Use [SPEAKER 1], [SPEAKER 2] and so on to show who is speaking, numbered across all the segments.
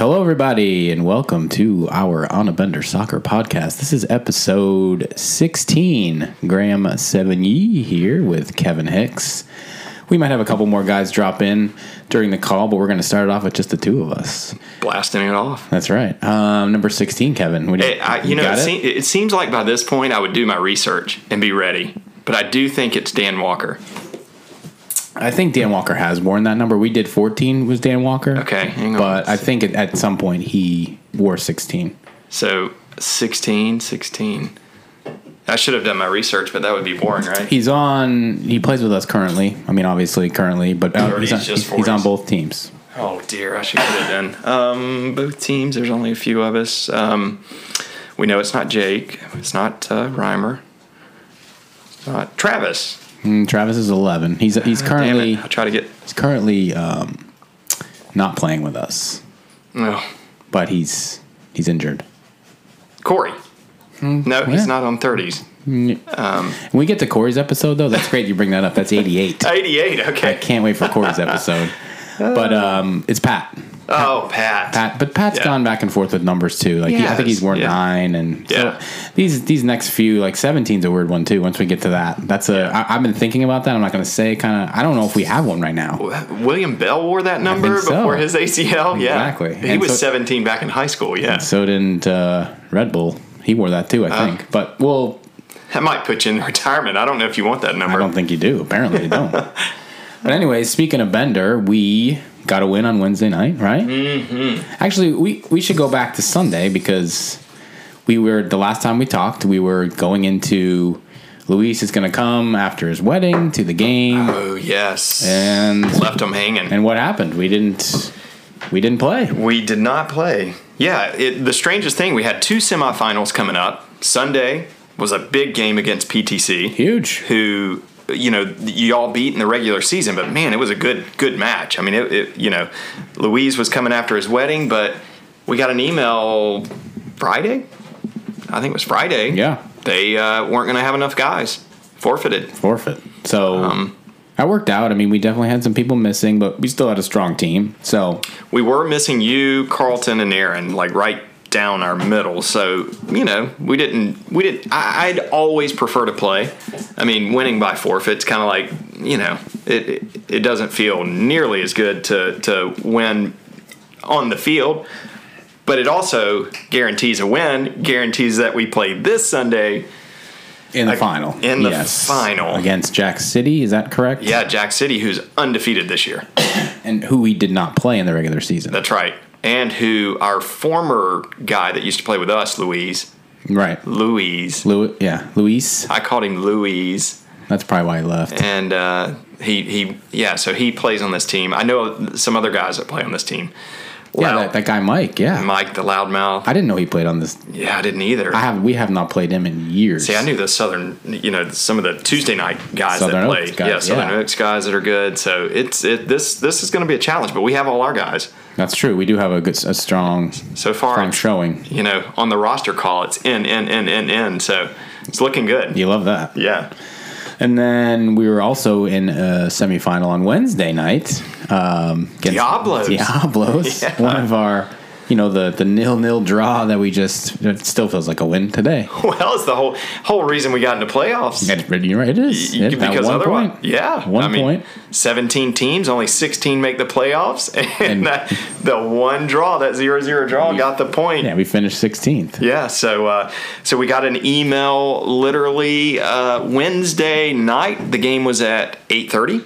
[SPEAKER 1] everybody, and welcome to our On a Bender Soccer podcast. This is episode 16. Graham Sevigny here with Kevin Hicks. We might have a couple more guys drop in during the call, but we're going to start it off with just the two of us.
[SPEAKER 2] blasting it off.
[SPEAKER 1] That's right. Um, number 16, Kevin. What do
[SPEAKER 2] It, I, you, know, it,
[SPEAKER 1] got
[SPEAKER 2] se- it seems like by this point I would do my research and be ready, but I do think it's Dan Walker.
[SPEAKER 1] I think Dan Walker has worn that number. We did 14 was Dan Walker.
[SPEAKER 2] Okay, hang on.
[SPEAKER 1] But I think at, at some point he wore 16.
[SPEAKER 2] So 16, 16. I should have done my research, but that would be boring, right?
[SPEAKER 1] He's on. He plays with us currently. I mean, obviously currently, but uh,
[SPEAKER 2] Or
[SPEAKER 1] he's,
[SPEAKER 2] he's
[SPEAKER 1] on,
[SPEAKER 2] just
[SPEAKER 1] he's- he's on
[SPEAKER 2] 40s.
[SPEAKER 1] both teams.
[SPEAKER 2] Oh dear, I should have done. Um, both teams. There's only a few of us. Um, we know it's not Jake. It's not uh, Reimer. It's not Travis.
[SPEAKER 1] And Travis is eleven. He's he's
[SPEAKER 2] Ah, Damn
[SPEAKER 1] currently
[SPEAKER 2] it! I'll try to get.
[SPEAKER 1] he's currently um, not playing with us,
[SPEAKER 2] No,
[SPEAKER 1] but he's he's injured.
[SPEAKER 2] Corey. No,
[SPEAKER 1] Hmm, yeah.
[SPEAKER 2] he's not on 30s.
[SPEAKER 1] When we get to Corey's episode though, that's great. You bring that up. That's eighty eight.
[SPEAKER 2] 88.
[SPEAKER 1] I
[SPEAKER 2] Okay.
[SPEAKER 1] can't wait for Corey's episode. But um, it's Pat.
[SPEAKER 2] Oh, Pat.
[SPEAKER 1] Pat, but Pat's
[SPEAKER 2] Yeah.
[SPEAKER 1] gone back and forth with numbers too. Like he, I think
[SPEAKER 2] Yes,
[SPEAKER 1] he's worn
[SPEAKER 2] yeah.
[SPEAKER 1] nine, and so
[SPEAKER 2] Yeah.
[SPEAKER 1] these these next few like 17's a weird one too. Once we get to that, that's a I, I've been thinking about that. I'm not going to say kind of. I don't know if we have one right now.
[SPEAKER 2] William Bell wore that number
[SPEAKER 1] so.
[SPEAKER 2] before his ACL. Yeah,
[SPEAKER 1] Exactly.
[SPEAKER 2] He
[SPEAKER 1] And
[SPEAKER 2] was
[SPEAKER 1] so-
[SPEAKER 2] 17 back in high school. Yeah,
[SPEAKER 1] So didn't uh, Red Bull. He wore that too,
[SPEAKER 2] Uh.
[SPEAKER 1] I think. But well,
[SPEAKER 2] that might put you in retirement. I don't know if you want that
[SPEAKER 1] I
[SPEAKER 2] number.
[SPEAKER 1] don't think you do. Apparently, you don't. but anyway, speaking of Bender, we got a win on Wednesday night, right? Mm-hmm. Actually, we we should go back to Sunday because we were the last time we talked, we were going into Luis is going to come after his wedding to the game,
[SPEAKER 2] Oh yes,
[SPEAKER 1] And-
[SPEAKER 2] left him hanging.
[SPEAKER 1] and what happened? We didn't we didn't play.
[SPEAKER 2] we did not play. Yeah, it, the strangest thing we had two semifinals coming up. Sunday was a big game against PTC.
[SPEAKER 1] Huge.
[SPEAKER 2] who you know y'all beat in the regular season but man it was a good good match i mean it, it you know louise was coming after his wedding but we got an email friday i think it was friday
[SPEAKER 1] Yeah.
[SPEAKER 2] they uh, weren't going to have enough guys forfeited
[SPEAKER 1] forfeit. So that worked out. I mean, we definitely had some people missing, but we still had a strong team. So
[SPEAKER 2] we were missing you carlton and aaron like right down our middle so you know we didn't we didn't I, i'd always prefer to play i mean winning by forfeit's kind of like you know it, it it doesn't feel nearly as good to to win on the field but it also guarantees a win guarantees that we play this sunday
[SPEAKER 1] in the
[SPEAKER 2] Like,
[SPEAKER 1] final,
[SPEAKER 2] in the final.
[SPEAKER 1] against Jack City, is that correct?
[SPEAKER 2] yeah jack city who's undefeated this year
[SPEAKER 1] and who we did not play in the regular season.
[SPEAKER 2] that's right and who our former guy that used to play with us louise
[SPEAKER 1] right.
[SPEAKER 2] louise
[SPEAKER 1] Lu- yeah, Luis.
[SPEAKER 2] I called him Louise,
[SPEAKER 1] That's probably why he left.
[SPEAKER 2] and uh, he he yeah. So he plays on this team. I know some other guys that play on this team.
[SPEAKER 1] Yeah,
[SPEAKER 2] Loud-
[SPEAKER 1] that, that guy Mike. Yeah,
[SPEAKER 2] Mike the loudmouth.
[SPEAKER 1] I didn't know he played on this.
[SPEAKER 2] yeah, I didn't either.
[SPEAKER 1] I have we have not played him in years.
[SPEAKER 2] See, I knew the Southern, you know, some of the Tuesday night guys
[SPEAKER 1] Southern
[SPEAKER 2] that
[SPEAKER 1] Oaks
[SPEAKER 2] played.
[SPEAKER 1] guys,
[SPEAKER 2] yeah, Southern
[SPEAKER 1] yeah.
[SPEAKER 2] Oaks guys that are good. So it's it this this is going to be a challenge, but we have all our guys
[SPEAKER 1] That's true. We do have a good, a strong,
[SPEAKER 2] so far.
[SPEAKER 1] strong
[SPEAKER 2] it's,
[SPEAKER 1] showing.
[SPEAKER 2] You know, on the roster call, it's in in in in in. So it's looking good.
[SPEAKER 1] You love that.
[SPEAKER 2] Yeah.
[SPEAKER 1] And then we were also in a semifinal on Wednesday night. Um, against
[SPEAKER 2] Diablos.
[SPEAKER 1] Diablos.
[SPEAKER 2] Yeah.
[SPEAKER 1] One of our, you know, the the nil nil draw that we just it still feels like a win today.
[SPEAKER 2] Well, it's the whole whole reason we got into playoffs.
[SPEAKER 1] It, you're right. It is
[SPEAKER 2] Y-
[SPEAKER 1] It- that
[SPEAKER 2] because
[SPEAKER 1] one
[SPEAKER 2] otherwise,
[SPEAKER 1] point.
[SPEAKER 2] yeah,
[SPEAKER 1] One point.
[SPEAKER 2] Seventeen teams, only sixteen make the playoffs, and,
[SPEAKER 1] And-
[SPEAKER 2] that, the one draw, that zero zero draw, got the point.
[SPEAKER 1] Yeah,
[SPEAKER 2] Yeah.
[SPEAKER 1] we finished 16th.
[SPEAKER 2] so uh, so we got an email literally uh, Wednesday night. The game was at eight thirty.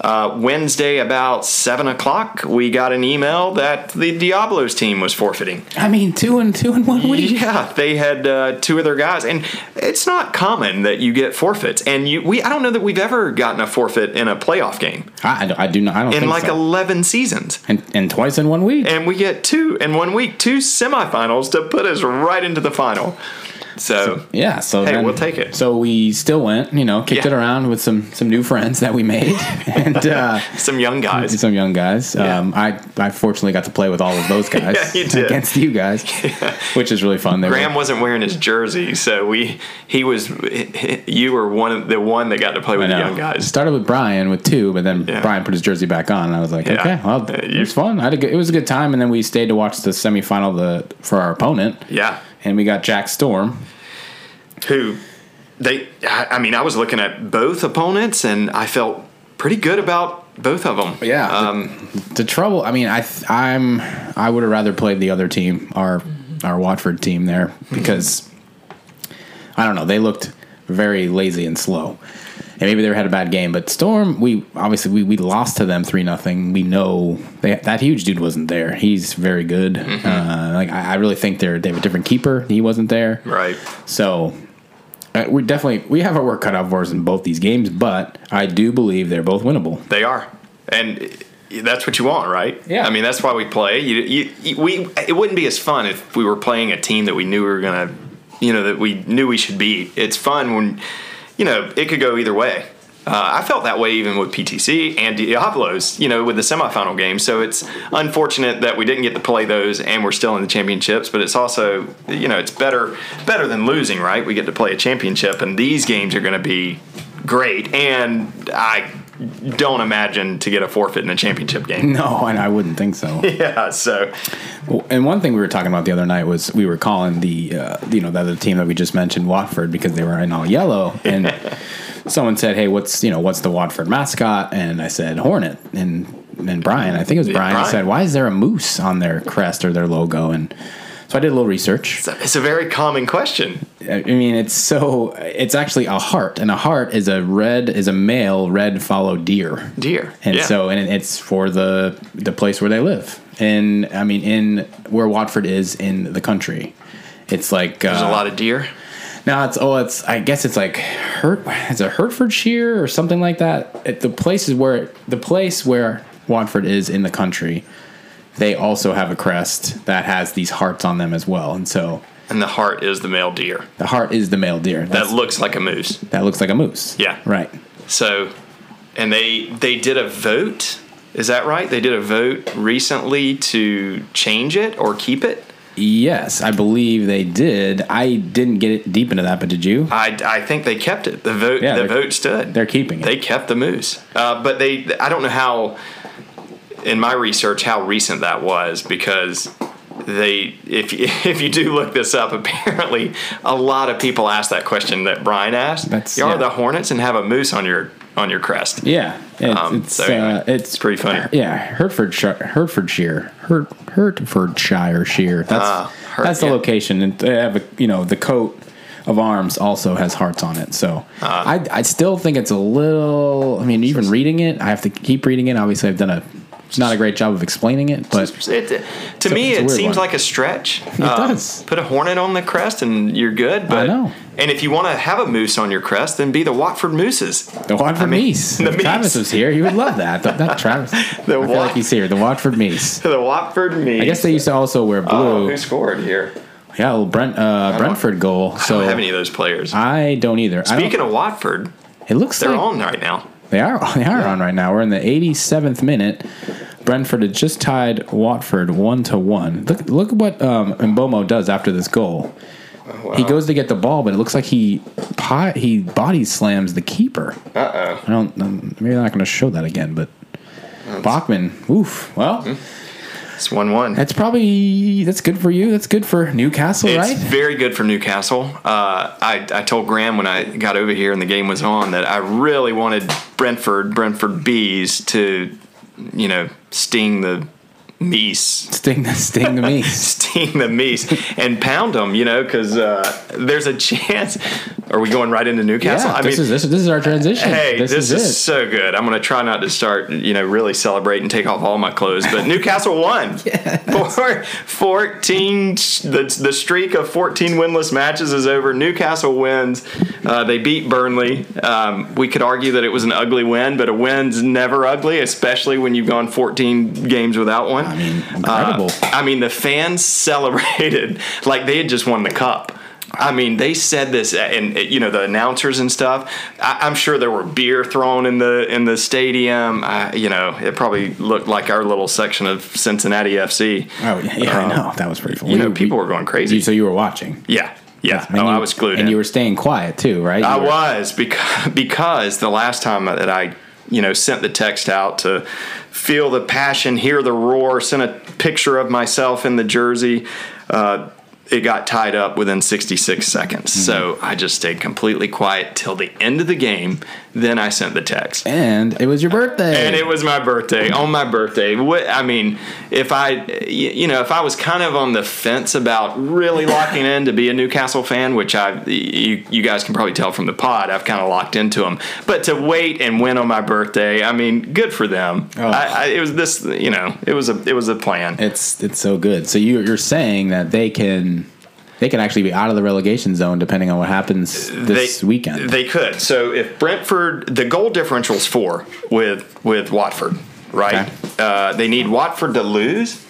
[SPEAKER 2] Uh, Wednesday about seven o'clock, we got an email that the Diablos team was forfeiting.
[SPEAKER 1] I mean, two and two and one. What do you?
[SPEAKER 2] Yeah, they had uh, two of their guys, and it's not common that you get forfeits. And you, we, I don't know that we've ever gotten a forfeit in a playoff game
[SPEAKER 1] Mm-hmm. I, I don't- I do not. I don't
[SPEAKER 2] in
[SPEAKER 1] think
[SPEAKER 2] like
[SPEAKER 1] so.
[SPEAKER 2] eleven seasons,
[SPEAKER 1] and, and twice in one week.
[SPEAKER 2] and we get two in one week, two semifinals to put us right into the final. So
[SPEAKER 1] Yeah, so
[SPEAKER 2] Hey,
[SPEAKER 1] then-
[SPEAKER 2] we'll take it.
[SPEAKER 1] So we still went, you know, kicked
[SPEAKER 2] Yeah.
[SPEAKER 1] it around with some some new friends that we made, and uh,
[SPEAKER 2] some young guys.
[SPEAKER 1] some young guys.
[SPEAKER 2] Yeah.
[SPEAKER 1] Um, I I fortunately got to play with all of those guys
[SPEAKER 2] Yeah, you did.
[SPEAKER 1] against you guys, which is really fun. They were-
[SPEAKER 2] Graham wasn't wearing his jersey, so we he was you were one of the one that got to play with the
[SPEAKER 1] I know.
[SPEAKER 2] young
[SPEAKER 1] It
[SPEAKER 2] guys.
[SPEAKER 1] started with Brian with two, but then
[SPEAKER 2] Yeah.
[SPEAKER 1] Brian put his jersey back on, and I was like,
[SPEAKER 2] Yeah.
[SPEAKER 1] okay, well,
[SPEAKER 2] Uh,
[SPEAKER 1] it
[SPEAKER 2] you-
[SPEAKER 1] was fun. I had a good, it was a good time, and then we stayed to watch the semifinal the for our opponent,
[SPEAKER 2] Yeah,
[SPEAKER 1] and we got Jack Storm.
[SPEAKER 2] who they? I I mean, I was looking at both opponents, and I felt pretty good about both of them.
[SPEAKER 1] Yeah, the-
[SPEAKER 2] um,
[SPEAKER 1] The trouble, I mean, I th- I'm I would have rather played the other team, our our Watford team there, because I don't know, they looked very lazy and slow. And maybe they had a bad game, but Storm, we obviously we, we lost to them three nothing. We know they, that huge dude wasn't there. He's very good. Uh, like I, I really think they're they have a different keeper. He wasn't there.
[SPEAKER 2] right.
[SPEAKER 1] So uh, we definitely we have our work cut out for us in both these games, but I do believe they're both winnable.
[SPEAKER 2] They are, and that's what you want, right?
[SPEAKER 1] Yeah.
[SPEAKER 2] I mean, that's why we play. You, you, you- we. It wouldn't be as fun if we were playing a team that we knew we were gonna, you know, that we knew we should beat. It's fun when, you know, it could go either way. Uh, I felt that way even with PTC and Diablos, you know, with the semifinal game. So it's unfortunate that we didn't get to play those, and we're still in the championships. But it's also, you know, it's better better than losing, right? We get to play a championship, and these games are going to be great. And I don't imagine to get a forfeit in a championship game.
[SPEAKER 1] No, and I wouldn't think so.
[SPEAKER 2] yeah, so
[SPEAKER 1] Well, And one thing we were talking about the other night was we were calling the uh, you know the other team that we just mentioned Watford because they were in all yellow, and someone said, "Hey, what's you know what's the Watford mascot?" And I said Hornet, and and Brian, I think it was Brian,
[SPEAKER 2] Brian.
[SPEAKER 1] said, "Why is there a moose on their crest or their logo?" And so I did a little research.
[SPEAKER 2] it's a very common question.
[SPEAKER 1] I mean, it's so it's actually a heart, and a heart is a red is a male red follow deer.
[SPEAKER 2] Dear.
[SPEAKER 1] And
[SPEAKER 2] Yeah.
[SPEAKER 1] so, and it's for the the place where they live, and I mean, in where Watford is in the country, it's like uh,
[SPEAKER 2] there's a lot of deer.
[SPEAKER 1] Now it's oh, it's I guess it's like Hert, it's a Hertfordshire or something like that. It, the place is where the place where Watford is in the country. They also have a crest that has these hearts on them as well, and so
[SPEAKER 2] And the heart is the male deer.
[SPEAKER 1] the heart is the male deer
[SPEAKER 2] That
[SPEAKER 1] That's,
[SPEAKER 2] looks like a moose.
[SPEAKER 1] that looks like a moose.
[SPEAKER 2] Yeah.
[SPEAKER 1] right.
[SPEAKER 2] So and they they did a vote. Is that right? They did a vote recently to change it or keep it.
[SPEAKER 1] Yes, I believe they did. I didn't get it deep into that, but did you?
[SPEAKER 2] I, I think they kept it. The vote
[SPEAKER 1] Yeah,
[SPEAKER 2] the
[SPEAKER 1] they're-
[SPEAKER 2] vote stood.
[SPEAKER 1] They're keeping it.
[SPEAKER 2] They kept the moose, uh, but they. I don't know how. In my research, how recent that was because they. If you- if you do look this up, apparently a lot of people ask that question that Brian asked.
[SPEAKER 1] That's-
[SPEAKER 2] you are
[SPEAKER 1] yeah.
[SPEAKER 2] the Hornets and have a moose on your on your crest.
[SPEAKER 1] Yeah, it's
[SPEAKER 2] Um,
[SPEAKER 1] it's,
[SPEAKER 2] so anyway,
[SPEAKER 1] uh, it's,
[SPEAKER 2] it's pretty funny.
[SPEAKER 1] Yeah, Hertfordshire, Hertfordshire, Hert, Hertfordshire shear. That's
[SPEAKER 2] Ah, Hert-
[SPEAKER 1] that's the
[SPEAKER 2] yeah.
[SPEAKER 1] location, and they have a, you know the coat of arms also has hearts on it. So
[SPEAKER 2] Ah.
[SPEAKER 1] I I still think it's a little. I mean, even reading it, I have to keep reading it. Obviously, I've done a not a great job of explaining it, but
[SPEAKER 2] It, to me,
[SPEAKER 1] it's a
[SPEAKER 2] it
[SPEAKER 1] weird
[SPEAKER 2] seems
[SPEAKER 1] one.
[SPEAKER 2] like a stretch. It
[SPEAKER 1] does.
[SPEAKER 2] Put a hornet on the crest and you're good. But,
[SPEAKER 1] know.
[SPEAKER 2] And if you want to have a moose on your crest, then be the Watford Mooses.
[SPEAKER 1] the Watford
[SPEAKER 2] mean,
[SPEAKER 1] Meese.
[SPEAKER 2] the
[SPEAKER 1] If Travis
[SPEAKER 2] Meese.
[SPEAKER 1] was here, he would love that. That, that Travis, I feel
[SPEAKER 2] Wa-
[SPEAKER 1] like he's here. The Watford Meese.
[SPEAKER 2] The Watford Meese.
[SPEAKER 1] I guess they used to also wear
[SPEAKER 2] Oh,
[SPEAKER 1] blue.
[SPEAKER 2] who scored here?
[SPEAKER 1] yeah, a little Brent uh, Brentford goal.
[SPEAKER 2] I
[SPEAKER 1] So
[SPEAKER 2] don't have any of those players.
[SPEAKER 1] I don't either. I don't-
[SPEAKER 2] Speaking of Watford,
[SPEAKER 1] It looks
[SPEAKER 2] they're
[SPEAKER 1] like
[SPEAKER 2] on right now.
[SPEAKER 1] they are they are on right now. We're in the 87th minute. Brentford had just tied Watford one to one. Look look at what um, Mbomo does after this goal. He goes to get the ball, but it looks like he pi- he body slams the keeper. Uh oh. I don't. um, Maybe they're not going to show that again, but. Bachman, oof. Well,
[SPEAKER 2] Hmm? It's one-one.
[SPEAKER 1] that's probably that's good for you. That's good for Newcastle,
[SPEAKER 2] It's
[SPEAKER 1] right?
[SPEAKER 2] very good for Newcastle. Uh, I, I told Graham when I got over here and the game was on that I really wanted Brentford, Brentford Bees, to, you know, sting the meese
[SPEAKER 1] Sting, sting to me.
[SPEAKER 2] steam the meats and pound them, you know, because uh, there's a chance. Are we going right into Newcastle?
[SPEAKER 1] yeah, this is this, is this is our transition.
[SPEAKER 2] hey, this, is,
[SPEAKER 1] it.
[SPEAKER 2] so good. I'm going to try not to start, you know, really celebrate and take off all my clothes. But Newcastle won. Four, 14, the, the streak of 14 winless matches is over. Newcastle wins. Uh, they beat Burnley. Um, we could argue that it was an ugly win, but a win's never ugly, especially when you've gone 14 games without one. Uh, I
[SPEAKER 1] mean, incredible.
[SPEAKER 2] I mean, the fans celebrated like they had just won the cup. I mean, they said this, and you know the announcers and stuff. I, I'm sure there were beer thrown in the in the stadium. I, you know, it probably looked like our little section of Cincinnati FC.
[SPEAKER 1] Oh yeah, yeah I know that was pretty funny.
[SPEAKER 2] You know, people were going crazy.
[SPEAKER 1] so you were watching.
[SPEAKER 2] Yeah, yeah.
[SPEAKER 1] And
[SPEAKER 2] oh,
[SPEAKER 1] you-
[SPEAKER 2] I was glued.
[SPEAKER 1] and
[SPEAKER 2] in.
[SPEAKER 1] you were staying quiet too, right? You
[SPEAKER 2] I
[SPEAKER 1] were-
[SPEAKER 2] was because because the last time that I you know sent the text out to feel the passion, hear the roar, sent a picture of myself in the jersey. Uh, it got tied up within 66 seconds. So I just stayed completely quiet till the end of the game. Then I sent the text.
[SPEAKER 1] and it was your birthday.
[SPEAKER 2] And it was my birthday. On my birthday, what I mean, if I, y- you know, if I was kind of on the fence about really locking in to be a Newcastle fan, which I, you, you guys can probably tell from the pod, I've kind of locked into them. But to wait and win on my birthday, I mean, good for them.
[SPEAKER 1] Oh.
[SPEAKER 2] I, I, it was this, you know, it was a, it was a plan.
[SPEAKER 1] it's it's so good. So you you're saying that they can they can actually be out of the relegation zone depending on what happens this weekend.
[SPEAKER 2] They could. So if Brentford, the goal differential's four with with Watford, right? Uh, they need Watford to lose,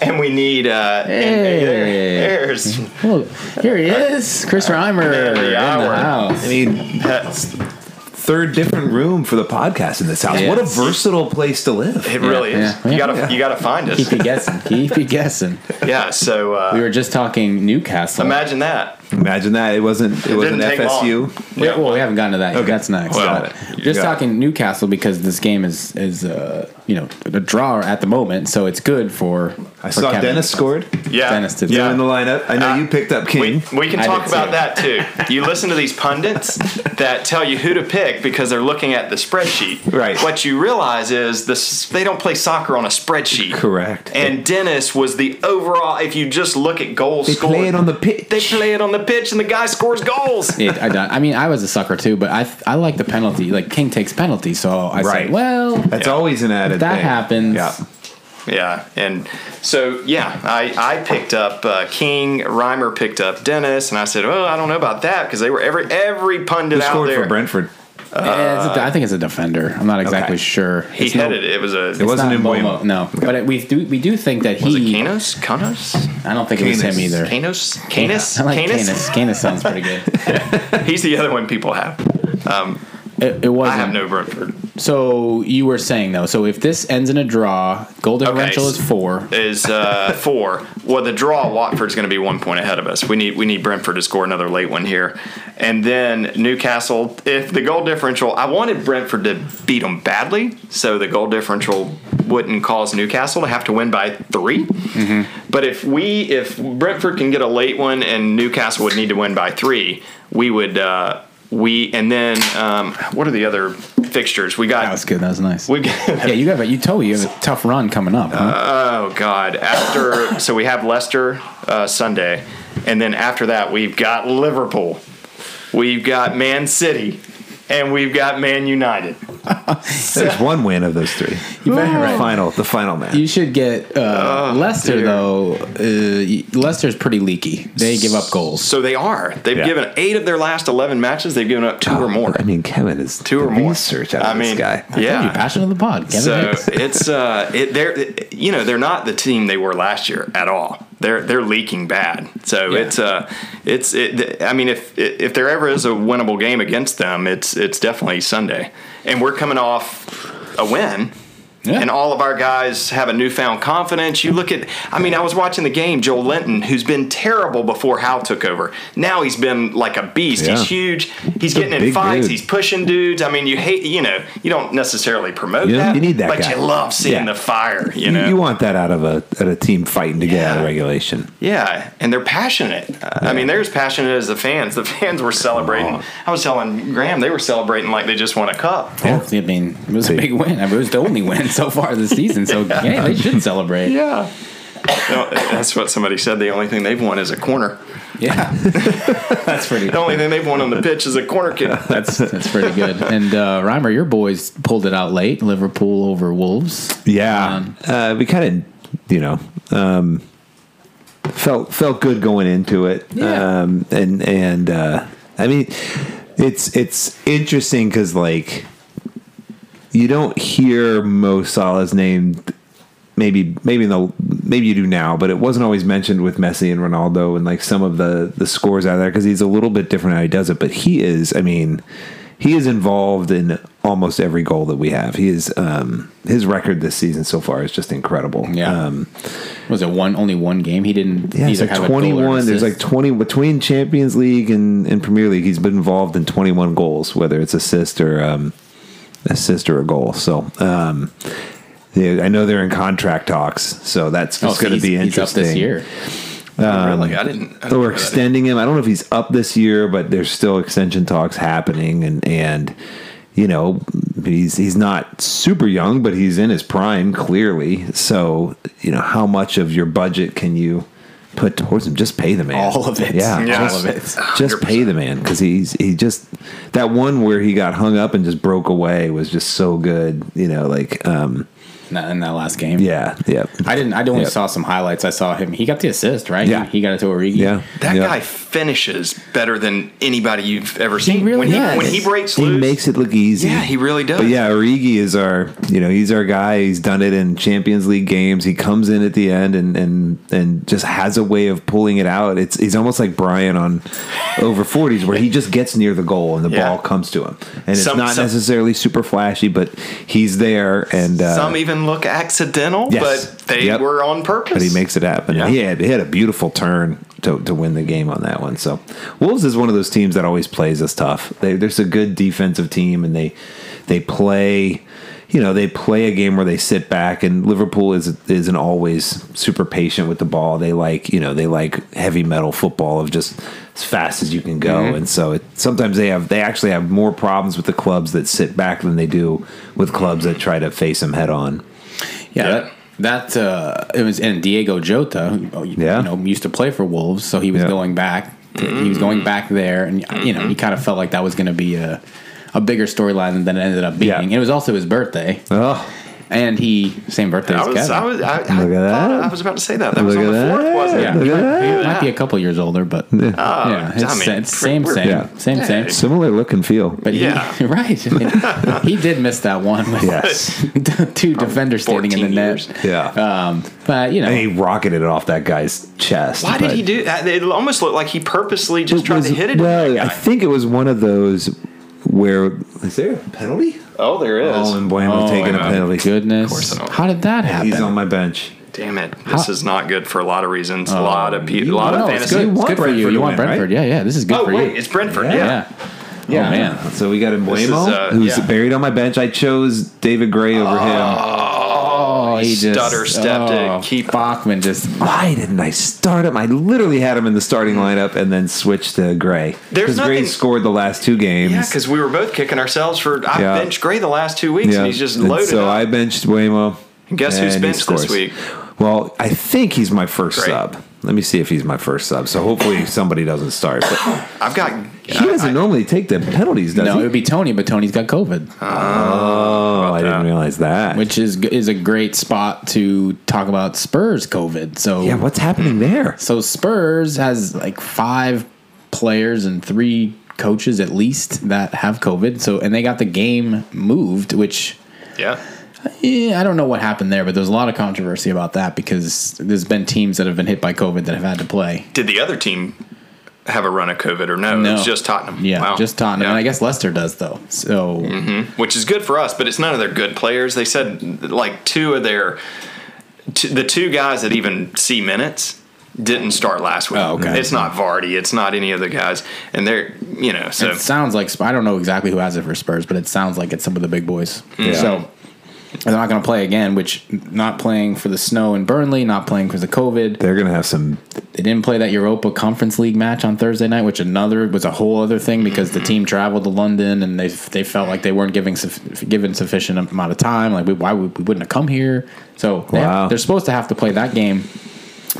[SPEAKER 2] and we need. Uh, and- and there-
[SPEAKER 1] Hey.
[SPEAKER 2] there's
[SPEAKER 1] well, here he is,
[SPEAKER 2] Uh,
[SPEAKER 1] Chris Reimer in
[SPEAKER 2] There they
[SPEAKER 1] the
[SPEAKER 2] are.
[SPEAKER 1] house.
[SPEAKER 3] I mean,
[SPEAKER 2] that's,
[SPEAKER 3] third different room for the podcast in this house. What a
[SPEAKER 1] Yes.
[SPEAKER 3] versatile place to live.
[SPEAKER 2] it really
[SPEAKER 1] yeah,
[SPEAKER 2] is.
[SPEAKER 1] yeah.
[SPEAKER 2] you gotta you gotta find
[SPEAKER 1] Keep
[SPEAKER 2] us.
[SPEAKER 1] you guessing. Keep you guessing.
[SPEAKER 2] yeah. So uh,
[SPEAKER 1] We were just talking Newcastle.
[SPEAKER 2] imagine that.
[SPEAKER 3] Imagine that. It wasn't. It, wasn't
[SPEAKER 2] didn't take
[SPEAKER 3] FSU.
[SPEAKER 1] We- well, we haven't gotten to that. yet.
[SPEAKER 3] Okay.
[SPEAKER 1] That's next.
[SPEAKER 2] Well,
[SPEAKER 1] But
[SPEAKER 2] you
[SPEAKER 1] just
[SPEAKER 3] got it.
[SPEAKER 1] talking Newcastle because this game is is uh, you know a draw at the moment, so it's good for.
[SPEAKER 3] I
[SPEAKER 1] for
[SPEAKER 3] saw
[SPEAKER 1] Kevin.
[SPEAKER 3] Dennis scored.
[SPEAKER 2] Yeah.
[SPEAKER 1] Dennis did.
[SPEAKER 3] You're
[SPEAKER 2] Yeah.
[SPEAKER 3] in the lineup. I know
[SPEAKER 2] Uh,
[SPEAKER 3] you picked up
[SPEAKER 2] We,
[SPEAKER 3] King.
[SPEAKER 2] we can
[SPEAKER 1] I
[SPEAKER 2] talk
[SPEAKER 1] did
[SPEAKER 2] about
[SPEAKER 1] too.
[SPEAKER 2] that too. You listen to these pundits that tell you who to pick because they're looking at the spreadsheet.
[SPEAKER 3] Right.
[SPEAKER 2] What you realize is this, they don't play soccer on a spreadsheet.
[SPEAKER 3] Correct.
[SPEAKER 2] And Dennis was the overall. If you just look at goals
[SPEAKER 3] they
[SPEAKER 2] scored,
[SPEAKER 3] play it on the pitch.
[SPEAKER 2] they play it on the pitch, and the guy scores goals.
[SPEAKER 1] It, I, don't- I mean, I was a sucker too, but I I like the penalty. Like King takes penalties, so I say,
[SPEAKER 3] Right.
[SPEAKER 1] well, eh,
[SPEAKER 3] That's always an added.
[SPEAKER 1] that
[SPEAKER 3] thing.
[SPEAKER 1] happens.
[SPEAKER 3] Yeah.
[SPEAKER 2] yeah, and so yeah, I I picked up uh, King. Reimer picked up Dennis, and I said, well, I don't know about that because they were every every pundit
[SPEAKER 3] Who
[SPEAKER 2] out
[SPEAKER 3] scored
[SPEAKER 2] there.
[SPEAKER 3] for Brentford?
[SPEAKER 1] Eh, it's a- I think it's a defender. I'm not exactly sure.
[SPEAKER 2] He
[SPEAKER 1] It's no-
[SPEAKER 2] headed it. It was a.
[SPEAKER 3] It was-
[SPEAKER 1] it's
[SPEAKER 3] wasn't
[SPEAKER 1] not
[SPEAKER 3] Mbeumo.
[SPEAKER 1] Mbeumo, No, but it, we do we do think that
[SPEAKER 2] Was it
[SPEAKER 1] he.
[SPEAKER 2] Canos? Canos?
[SPEAKER 1] I don't think it was
[SPEAKER 3] Canis.
[SPEAKER 1] him either.
[SPEAKER 2] Canos? Canis?
[SPEAKER 1] I like
[SPEAKER 2] Canis?
[SPEAKER 1] Canis. Canis sounds pretty good.
[SPEAKER 2] He's the other one people have. Um,
[SPEAKER 1] It, it
[SPEAKER 2] I
[SPEAKER 1] wasn't.
[SPEAKER 2] have no Brentford.
[SPEAKER 1] So you were saying though, so if this ends in a draw, goal differential
[SPEAKER 2] Okay.
[SPEAKER 1] is four.
[SPEAKER 2] Is uh, four. Well, the draw Watford's going to be one point ahead of us. We need we need Brentford to score another late one here, and then Newcastle. If the goal differential, I wanted Brentford to beat them badly, so the goal differential wouldn't cause Newcastle to have to win by 3 But if we if Brentford can get a late one and Newcastle would need to win by three, we would. Uh, we and then um, what are the other fixtures? We
[SPEAKER 1] That
[SPEAKER 2] got
[SPEAKER 1] was good. That was nice.
[SPEAKER 2] we got
[SPEAKER 1] yeah, you got. You told me you have a tough run coming up. Huh?
[SPEAKER 2] Oh God! After so we have Leicester uh, Sunday, and then after that we've got Liverpool, we've got Man City, and we've got Man United.
[SPEAKER 3] There's one win of those three.
[SPEAKER 1] You better right.
[SPEAKER 3] Final, the final match.
[SPEAKER 1] you should get uh, Leicester
[SPEAKER 2] oh, dear.
[SPEAKER 1] though. Uh, y- Leicester's pretty leaky. They give up goals.
[SPEAKER 2] So they are. They've
[SPEAKER 3] Yeah.
[SPEAKER 2] given eight of their last eleven matches. They've given up two or more.
[SPEAKER 3] I mean, Kevin is
[SPEAKER 2] Two
[SPEAKER 3] the
[SPEAKER 2] or more.
[SPEAKER 3] Research out of
[SPEAKER 2] I mean,
[SPEAKER 3] this guy.
[SPEAKER 1] You
[SPEAKER 2] yeah.
[SPEAKER 1] passion of the pod. Kevin
[SPEAKER 2] So
[SPEAKER 1] Hicks.
[SPEAKER 2] it's uh, it, they're you know they're not the team they were last year at all. They're they're leaking bad. So
[SPEAKER 1] Yeah.
[SPEAKER 2] it's uh, it's it, I mean if if there ever is a winnable game against them, it's it's definitely Sunday, and we're coming off a win.
[SPEAKER 1] Yeah.
[SPEAKER 2] And all of our guys have a newfound confidence. You look at, I mean, I was watching the game, Joel Linton, who's been terrible before Howe took over. Now he's been like a beast.
[SPEAKER 3] Yeah.
[SPEAKER 2] He's huge. He's getting in
[SPEAKER 3] big
[SPEAKER 2] fights.
[SPEAKER 3] dude.
[SPEAKER 2] He's pushing dudes. I mean, you hate, you know, you don't necessarily promote
[SPEAKER 3] You don't-
[SPEAKER 2] that.
[SPEAKER 3] you need that
[SPEAKER 2] But
[SPEAKER 3] guy.
[SPEAKER 2] you love seeing
[SPEAKER 3] Yeah.
[SPEAKER 2] the fire, you
[SPEAKER 3] You,
[SPEAKER 2] know?
[SPEAKER 3] you want that out of a out of a team fighting to get out of
[SPEAKER 2] Yeah.
[SPEAKER 3] regulation.
[SPEAKER 2] yeah, and they're passionate. Uh, I mean, they're as passionate as the fans. The fans were celebrating.
[SPEAKER 3] on.
[SPEAKER 2] I was telling Graham they were celebrating like they just won a cup.
[SPEAKER 1] Well, I mean, it was a big win. I mean, it was the only win so far this season. So yeah, they should celebrate.
[SPEAKER 2] Yeah. that's what somebody said. The only thing they've won is a corner.
[SPEAKER 1] Yeah. that's pretty.
[SPEAKER 2] The only thing they've won on the pitch is a corner kick.
[SPEAKER 3] Um,
[SPEAKER 1] That's that's pretty good. And uh, Reimer, your boys pulled it out late. Liverpool over Wolves.
[SPEAKER 3] Yeah,
[SPEAKER 1] Um,
[SPEAKER 3] uh, we kind of, you know, um, felt felt good going into it.
[SPEAKER 1] Yeah.
[SPEAKER 3] Um, and and uh, I mean, it's it's interesting because like you don't hear Mo Salah's name maybe maybe in the maybe you do now, but it wasn't always mentioned with Messi and Ronaldo and like some of the the scores out of there because he's a little bit different how he does it. But he is, I mean, he is involved in almost every goal that we have. He is um, his record this season so far is just incredible.
[SPEAKER 1] Yeah.
[SPEAKER 3] Um,
[SPEAKER 1] Was it one only one game? He didn't
[SPEAKER 3] yeah, it's
[SPEAKER 1] either have a
[SPEAKER 3] like
[SPEAKER 1] goal or an
[SPEAKER 3] 21. There's like
[SPEAKER 1] assist.
[SPEAKER 3] 20 between Champions League and, and Premier League. He's been involved in 21 goals, whether it's assist or um, assist or a goal. So um, yeah, I know they're in contract talks, so that's
[SPEAKER 1] Oh,
[SPEAKER 3] just
[SPEAKER 1] so
[SPEAKER 3] going to
[SPEAKER 1] he's-
[SPEAKER 3] be
[SPEAKER 1] he's up
[SPEAKER 3] interesting.
[SPEAKER 1] this year.
[SPEAKER 2] really, I didn't. I didn't know
[SPEAKER 3] Or
[SPEAKER 2] that.
[SPEAKER 3] extending him. I don't know if he's up this year, but there's still extension talks happening, and and you know he's he's not super young, but he's in his prime clearly. So you know how much of your budget can you put towards him? Just pay the man.
[SPEAKER 1] All of it.
[SPEAKER 3] Yeah,
[SPEAKER 1] All
[SPEAKER 3] just-
[SPEAKER 1] of it.
[SPEAKER 3] Just pay the man because he's he just that one where he got hung up and just broke away was just so good. You know, like um
[SPEAKER 1] In that, in that last game.
[SPEAKER 3] yeah yeah
[SPEAKER 1] I didn't. I only
[SPEAKER 3] Yep.
[SPEAKER 1] saw some highlights. I saw him. He got the assist, right?
[SPEAKER 3] Yeah.
[SPEAKER 1] He, he got it to Origi.
[SPEAKER 3] yeah
[SPEAKER 2] That
[SPEAKER 3] yeah.
[SPEAKER 2] guy finishes better than anybody you've ever seen.
[SPEAKER 1] really
[SPEAKER 2] when
[SPEAKER 1] does.
[SPEAKER 2] he when he breaks
[SPEAKER 3] He
[SPEAKER 2] loose,
[SPEAKER 3] makes it look easy.
[SPEAKER 2] Yeah, he really does.
[SPEAKER 3] But yeah, Origi is our, you know, he's our guy. He's done it in Champions League games. He comes in at the end and and and just has a way of pulling it out. It's he's almost like Brian on over 40s where he just gets near the goal and the
[SPEAKER 2] Yeah.
[SPEAKER 3] ball comes to him. And it's
[SPEAKER 2] Some-
[SPEAKER 3] not
[SPEAKER 2] some-
[SPEAKER 3] necessarily super flashy, but he's there and uh,
[SPEAKER 2] some even look accidental,
[SPEAKER 3] Yes.
[SPEAKER 2] but they
[SPEAKER 3] Yep.
[SPEAKER 2] were on purpose.
[SPEAKER 3] but he makes it happen.
[SPEAKER 2] Yeah.
[SPEAKER 3] He had he had a beautiful turn to, to win the game on that one. So Wolves is one of those teams that always plays us tough. They, they're just a good defensive team, and they they play. You know, they play a game where they sit back, and Liverpool is isn't always super patient with the ball. They like you know they like heavy metal football of just as fast as you can go, and so it, sometimes they have they actually have more problems with the clubs that sit back than they do with clubs that try to face them head on.
[SPEAKER 1] Yeah. That, that uh, it was and Diego Jota, who, oh, you
[SPEAKER 3] Yeah.
[SPEAKER 1] know, used to play for Wolves, so he was
[SPEAKER 3] Yeah.
[SPEAKER 1] going back. to- he was going back there, and you know, he kind of felt like that was going to be a a bigger storyline than it ended up being.
[SPEAKER 3] Yeah.
[SPEAKER 1] And It was also his birthday,
[SPEAKER 3] Oh,
[SPEAKER 1] and he same birthday
[SPEAKER 2] I
[SPEAKER 1] as
[SPEAKER 2] was,
[SPEAKER 1] Kevin.
[SPEAKER 2] I was, I, I,
[SPEAKER 3] Look at
[SPEAKER 2] thought-
[SPEAKER 3] that.
[SPEAKER 2] I was about to say that. That was
[SPEAKER 3] Look
[SPEAKER 2] on
[SPEAKER 3] at
[SPEAKER 2] the fourth,
[SPEAKER 3] that.
[SPEAKER 2] wasn't
[SPEAKER 1] yeah,
[SPEAKER 2] it?
[SPEAKER 3] Look
[SPEAKER 1] he
[SPEAKER 3] at
[SPEAKER 1] might, he
[SPEAKER 3] that.
[SPEAKER 1] might be a couple years older, but yeah, it's,
[SPEAKER 2] I mean,
[SPEAKER 1] it's same,
[SPEAKER 2] Oh, we're-
[SPEAKER 1] same,
[SPEAKER 2] Yeah.
[SPEAKER 1] same, same.
[SPEAKER 2] Hey.
[SPEAKER 3] similar look and feel.
[SPEAKER 1] But
[SPEAKER 2] Yeah.
[SPEAKER 1] he, right, I mean, he did miss that one with
[SPEAKER 3] Yes.
[SPEAKER 1] two defenders standing in the
[SPEAKER 2] 14
[SPEAKER 1] net.
[SPEAKER 2] years.
[SPEAKER 3] Yeah.
[SPEAKER 1] Um, but you know,
[SPEAKER 3] and he rocketed it off that guy's chest.
[SPEAKER 2] Why did
[SPEAKER 3] but-
[SPEAKER 2] he do that? It almost looked like he purposely just tried
[SPEAKER 3] was-
[SPEAKER 2] to hit it. at
[SPEAKER 3] Well,
[SPEAKER 2] that
[SPEAKER 3] I
[SPEAKER 2] guy.
[SPEAKER 3] think it was one of those where is there a penalty?
[SPEAKER 2] oh, there is.
[SPEAKER 3] Oh, and Blaine
[SPEAKER 1] oh,
[SPEAKER 3] taking a
[SPEAKER 1] my
[SPEAKER 3] penalty.
[SPEAKER 1] Goodness,
[SPEAKER 2] course I don't.
[SPEAKER 1] how did that happen?
[SPEAKER 3] He's on my bench.
[SPEAKER 2] Damn it! This is not good for a lot of reasons. a lot of people. A
[SPEAKER 3] Oh, you-
[SPEAKER 2] lot
[SPEAKER 3] no,
[SPEAKER 2] of
[SPEAKER 3] it's
[SPEAKER 2] fantasy.
[SPEAKER 3] good.
[SPEAKER 1] It's
[SPEAKER 3] want
[SPEAKER 1] good for
[SPEAKER 3] Brentford
[SPEAKER 1] you.
[SPEAKER 3] to
[SPEAKER 1] You want
[SPEAKER 3] win, right?
[SPEAKER 1] Brentford? Yeah, yeah. This is good
[SPEAKER 2] Oh
[SPEAKER 1] for
[SPEAKER 2] wait,
[SPEAKER 1] you.
[SPEAKER 2] it's Brentford. Yeah.
[SPEAKER 1] yeah.
[SPEAKER 3] Yeah,
[SPEAKER 1] Oh, man.
[SPEAKER 3] So we got
[SPEAKER 2] is,
[SPEAKER 3] Embuemo,
[SPEAKER 2] uh,
[SPEAKER 3] who's
[SPEAKER 2] yeah. Ah.
[SPEAKER 3] buried on my bench. I chose David Gray over him.
[SPEAKER 1] Oh, he
[SPEAKER 2] stutter stepped it,
[SPEAKER 1] oh,
[SPEAKER 2] keep-
[SPEAKER 1] Bachman just.
[SPEAKER 3] Why didn't I start him? I literally had him in the starting lineup and then switched to Gray
[SPEAKER 2] Hmm. There's
[SPEAKER 3] because Gray
[SPEAKER 2] nothing-
[SPEAKER 3] scored the last two games.
[SPEAKER 2] Yeah, because we were both kicking ourselves for I
[SPEAKER 3] Yeah.
[SPEAKER 2] benched Gray the last two weeks, and he's just loaded.
[SPEAKER 3] so
[SPEAKER 2] up.
[SPEAKER 3] I benched Waymo.
[SPEAKER 2] Guess who's
[SPEAKER 3] and he
[SPEAKER 2] benched this
[SPEAKER 3] scores.
[SPEAKER 2] week?
[SPEAKER 3] Well, I think he's my first
[SPEAKER 2] Great.
[SPEAKER 3] sub. Let me see if he's my first sub. So hopefully somebody doesn't start. But
[SPEAKER 2] I've got.
[SPEAKER 3] he doesn't
[SPEAKER 2] I-
[SPEAKER 3] normally take the penalties, does
[SPEAKER 1] No, it
[SPEAKER 3] he?
[SPEAKER 1] would be Tony, but Tony's got COVID,
[SPEAKER 3] oh, I didn't
[SPEAKER 2] that.
[SPEAKER 3] realize that.
[SPEAKER 1] which is is a great spot to talk about Spurs COVID. So
[SPEAKER 3] yeah, what's happening there?
[SPEAKER 1] So Spurs has like five players and three coaches at least that have COVID. So and they got the game moved, which
[SPEAKER 2] Yeah.
[SPEAKER 1] eh, I don't know what happened there, but there's a lot of controversy about that because there's been teams that have been hit by COVID that have had to play.
[SPEAKER 2] Did the other team have a run of COVID or no?
[SPEAKER 1] No.
[SPEAKER 2] It's just Tottenham.
[SPEAKER 1] Yeah,
[SPEAKER 2] Wow.
[SPEAKER 1] just Tottenham.
[SPEAKER 2] Yeah. Mm-hmm.
[SPEAKER 1] And I guess Leicester does though. So
[SPEAKER 2] which is good for us, but it's none of their good players. They said like two of their t- the two guys that even see minutes didn't start last week.
[SPEAKER 1] Oh, okay.
[SPEAKER 2] It's not Vardy, it's not any of the guys, and they're you know so
[SPEAKER 1] it sounds like Sp- I don't know exactly who has it for Spurs, but it sounds like it's some of the big boys. So they're not going to play again. Which not playing for the snow in Burnley, not playing for the COVID.
[SPEAKER 3] They're gonna have some.
[SPEAKER 1] They didn't play that Europa Conference League match on Thursday night, which another was a whole other thing because the team traveled to London and they they felt like they weren't giving suf- given sufficient amount of time. Like we, why would, we wouldn't have come here? So they
[SPEAKER 3] Wow.
[SPEAKER 1] are supposed to have to play that game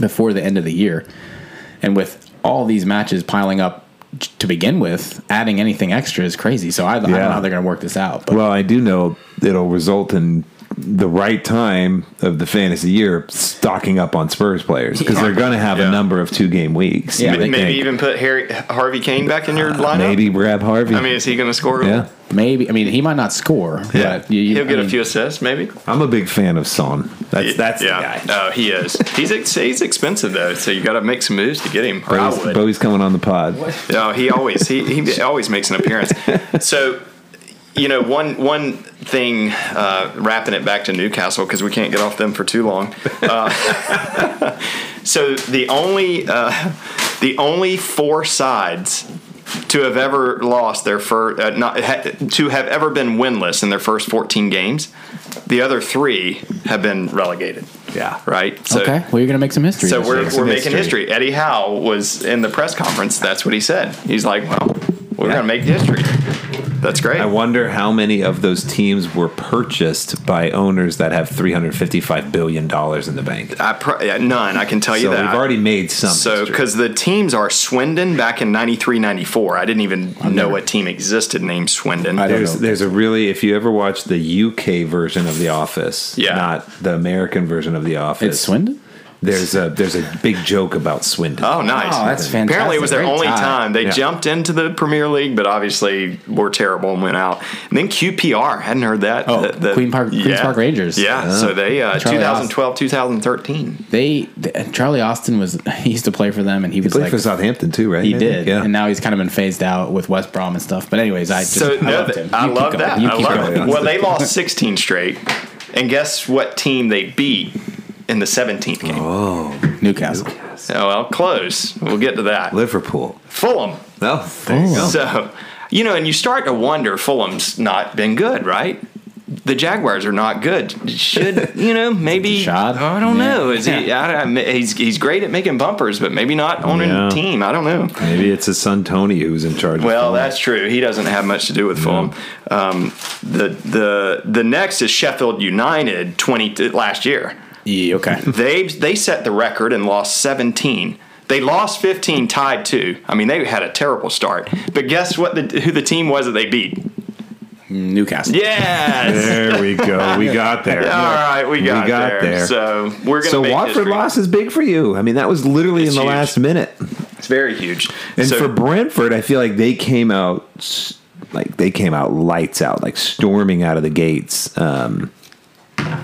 [SPEAKER 1] before the end of the year, and with all these matches piling up j- to begin with, adding anything extra is crazy. So I, I don't know
[SPEAKER 3] Yeah.
[SPEAKER 1] how they're going to work this out. But
[SPEAKER 3] Well, I do know it'll result in the right time of the fantasy year stocking up on Spurs players because they're going to have
[SPEAKER 2] Yeah.
[SPEAKER 3] a number of two game weeks.
[SPEAKER 1] Yeah.
[SPEAKER 3] you would
[SPEAKER 2] Maybe
[SPEAKER 3] think.
[SPEAKER 2] even put Harry Harvey Kane back in your lineup.
[SPEAKER 3] Uh, maybe grab Harvey.
[SPEAKER 2] I mean, is he going to score?
[SPEAKER 3] yeah.
[SPEAKER 1] Maybe I mean he might not score.
[SPEAKER 3] Yeah.
[SPEAKER 1] but you, you-
[SPEAKER 2] He'll
[SPEAKER 1] I
[SPEAKER 2] get a
[SPEAKER 1] mean,
[SPEAKER 2] few assists, maybe.
[SPEAKER 3] I'm a big fan of Son. That's that's
[SPEAKER 2] yeah.
[SPEAKER 3] the guy.
[SPEAKER 2] Oh, he is. He's ex- he's expensive though, so you got to make some moves to get him. Or I
[SPEAKER 3] Bowie's,
[SPEAKER 2] would.
[SPEAKER 3] Bowie's coming on the pod.
[SPEAKER 2] No, Oh, he always he, he always makes an appearance. So, you know, one one thing uh, wrapping it back to Newcastle because we can't get off them for too long. Uh, so the only uh, the only four sides to have ever lost their first uh, not ha, to have ever been winless in their first 14 games, the other three have been relegated.
[SPEAKER 3] Yeah.
[SPEAKER 2] Right. So,
[SPEAKER 1] okay, well you're gonna make some history.
[SPEAKER 2] so
[SPEAKER 1] this
[SPEAKER 2] we're,
[SPEAKER 1] year.
[SPEAKER 2] we're
[SPEAKER 3] some
[SPEAKER 2] making
[SPEAKER 3] history.
[SPEAKER 2] history. Eddie Howe was in the press conference. That's what he said. He's like, well, we're
[SPEAKER 3] Yeah.
[SPEAKER 2] going to make history. That's great.
[SPEAKER 3] I wonder how many of those teams were purchased by owners that have 355 billion dollars in the bank.
[SPEAKER 2] I pro- yeah, none. I can tell you
[SPEAKER 3] So
[SPEAKER 2] that.
[SPEAKER 3] we've already made some.
[SPEAKER 2] so
[SPEAKER 3] history.
[SPEAKER 2] because the teams are Swindon back in 93, 94. I didn't even know what team existed named Swindon.
[SPEAKER 1] I don't
[SPEAKER 3] There's
[SPEAKER 1] know.
[SPEAKER 3] there's a really if you ever watch the UK version of The Office,
[SPEAKER 2] Yeah.
[SPEAKER 3] not the American version of The Office.
[SPEAKER 1] it's Swindon.
[SPEAKER 3] There's a there's a big joke about Swindon.
[SPEAKER 2] Oh, nice.
[SPEAKER 1] Wow, that's
[SPEAKER 2] Apparently, it
[SPEAKER 1] fantastic.
[SPEAKER 2] was their
[SPEAKER 1] Great
[SPEAKER 2] only
[SPEAKER 1] tie.
[SPEAKER 2] time. They
[SPEAKER 3] Yeah.
[SPEAKER 2] jumped into the Premier League, but obviously were terrible and went out. And then QPR, hadn't heard that.
[SPEAKER 1] Oh,
[SPEAKER 2] The- the-
[SPEAKER 1] Queen Park- Queen's Park Rangers. Oh.
[SPEAKER 2] Yeah, so they uh,
[SPEAKER 1] Charlie
[SPEAKER 2] 2012, 2013.
[SPEAKER 1] They, th- Charlie Austin was he used to play for them and he, was
[SPEAKER 3] Played
[SPEAKER 1] like
[SPEAKER 3] for Southampton too, right?
[SPEAKER 1] he
[SPEAKER 3] I think?
[SPEAKER 1] did
[SPEAKER 3] Yeah.
[SPEAKER 1] and now he's kind of been phased out with West Brom and stuff. But anyways, I just
[SPEAKER 2] So
[SPEAKER 1] I
[SPEAKER 2] no,
[SPEAKER 1] loved
[SPEAKER 2] th-
[SPEAKER 1] him.
[SPEAKER 2] I
[SPEAKER 1] You
[SPEAKER 2] love
[SPEAKER 1] keep
[SPEAKER 2] that.
[SPEAKER 1] going. You
[SPEAKER 2] I
[SPEAKER 1] keep
[SPEAKER 2] love
[SPEAKER 1] going.
[SPEAKER 2] it. Well, they lost 16 straight, and guess what team they beat in the 17th game? Oh,
[SPEAKER 1] Newcastle.
[SPEAKER 2] well, close. We'll get to that.
[SPEAKER 3] Liverpool.
[SPEAKER 2] Fulham.
[SPEAKER 3] No, there you go.
[SPEAKER 2] Oh. So, you know, and you start to wonder Fulham's not been good, right? The Jaguars are not good. Should you know? Maybe
[SPEAKER 1] shot?
[SPEAKER 2] I don't
[SPEAKER 1] Yeah.
[SPEAKER 2] know. Is he? I, don't- he's he's great at making bumpers, but maybe not on
[SPEAKER 3] Yeah.
[SPEAKER 2] a team. I don't know.
[SPEAKER 3] Maybe it's his son Tony who's in charge.
[SPEAKER 2] Well,
[SPEAKER 3] of
[SPEAKER 2] that's true. He doesn't have much to do with Fulham. Um, the the the next is Sheffield United twenty last year.
[SPEAKER 1] Yeah, okay.
[SPEAKER 2] They they set the record and lost seventeen. They lost fifteen, tied two. I mean, they had a terrible start. But guess what? The, who the team was that they beat?
[SPEAKER 1] Newcastle.
[SPEAKER 2] Yes.
[SPEAKER 3] There we go. We got there.
[SPEAKER 2] All right, we got,
[SPEAKER 3] We got
[SPEAKER 2] there.
[SPEAKER 3] there.
[SPEAKER 2] So we're gonna.
[SPEAKER 3] So
[SPEAKER 2] make
[SPEAKER 3] Watford
[SPEAKER 2] history.
[SPEAKER 3] loss is big for you. I mean, that was literally
[SPEAKER 2] It's
[SPEAKER 3] in the
[SPEAKER 2] huge.
[SPEAKER 3] last minute.
[SPEAKER 2] It's very huge.
[SPEAKER 3] And
[SPEAKER 2] so,
[SPEAKER 3] for Brentford, I feel like they came out s- like they came out lights out, like storming out of the gates. Um,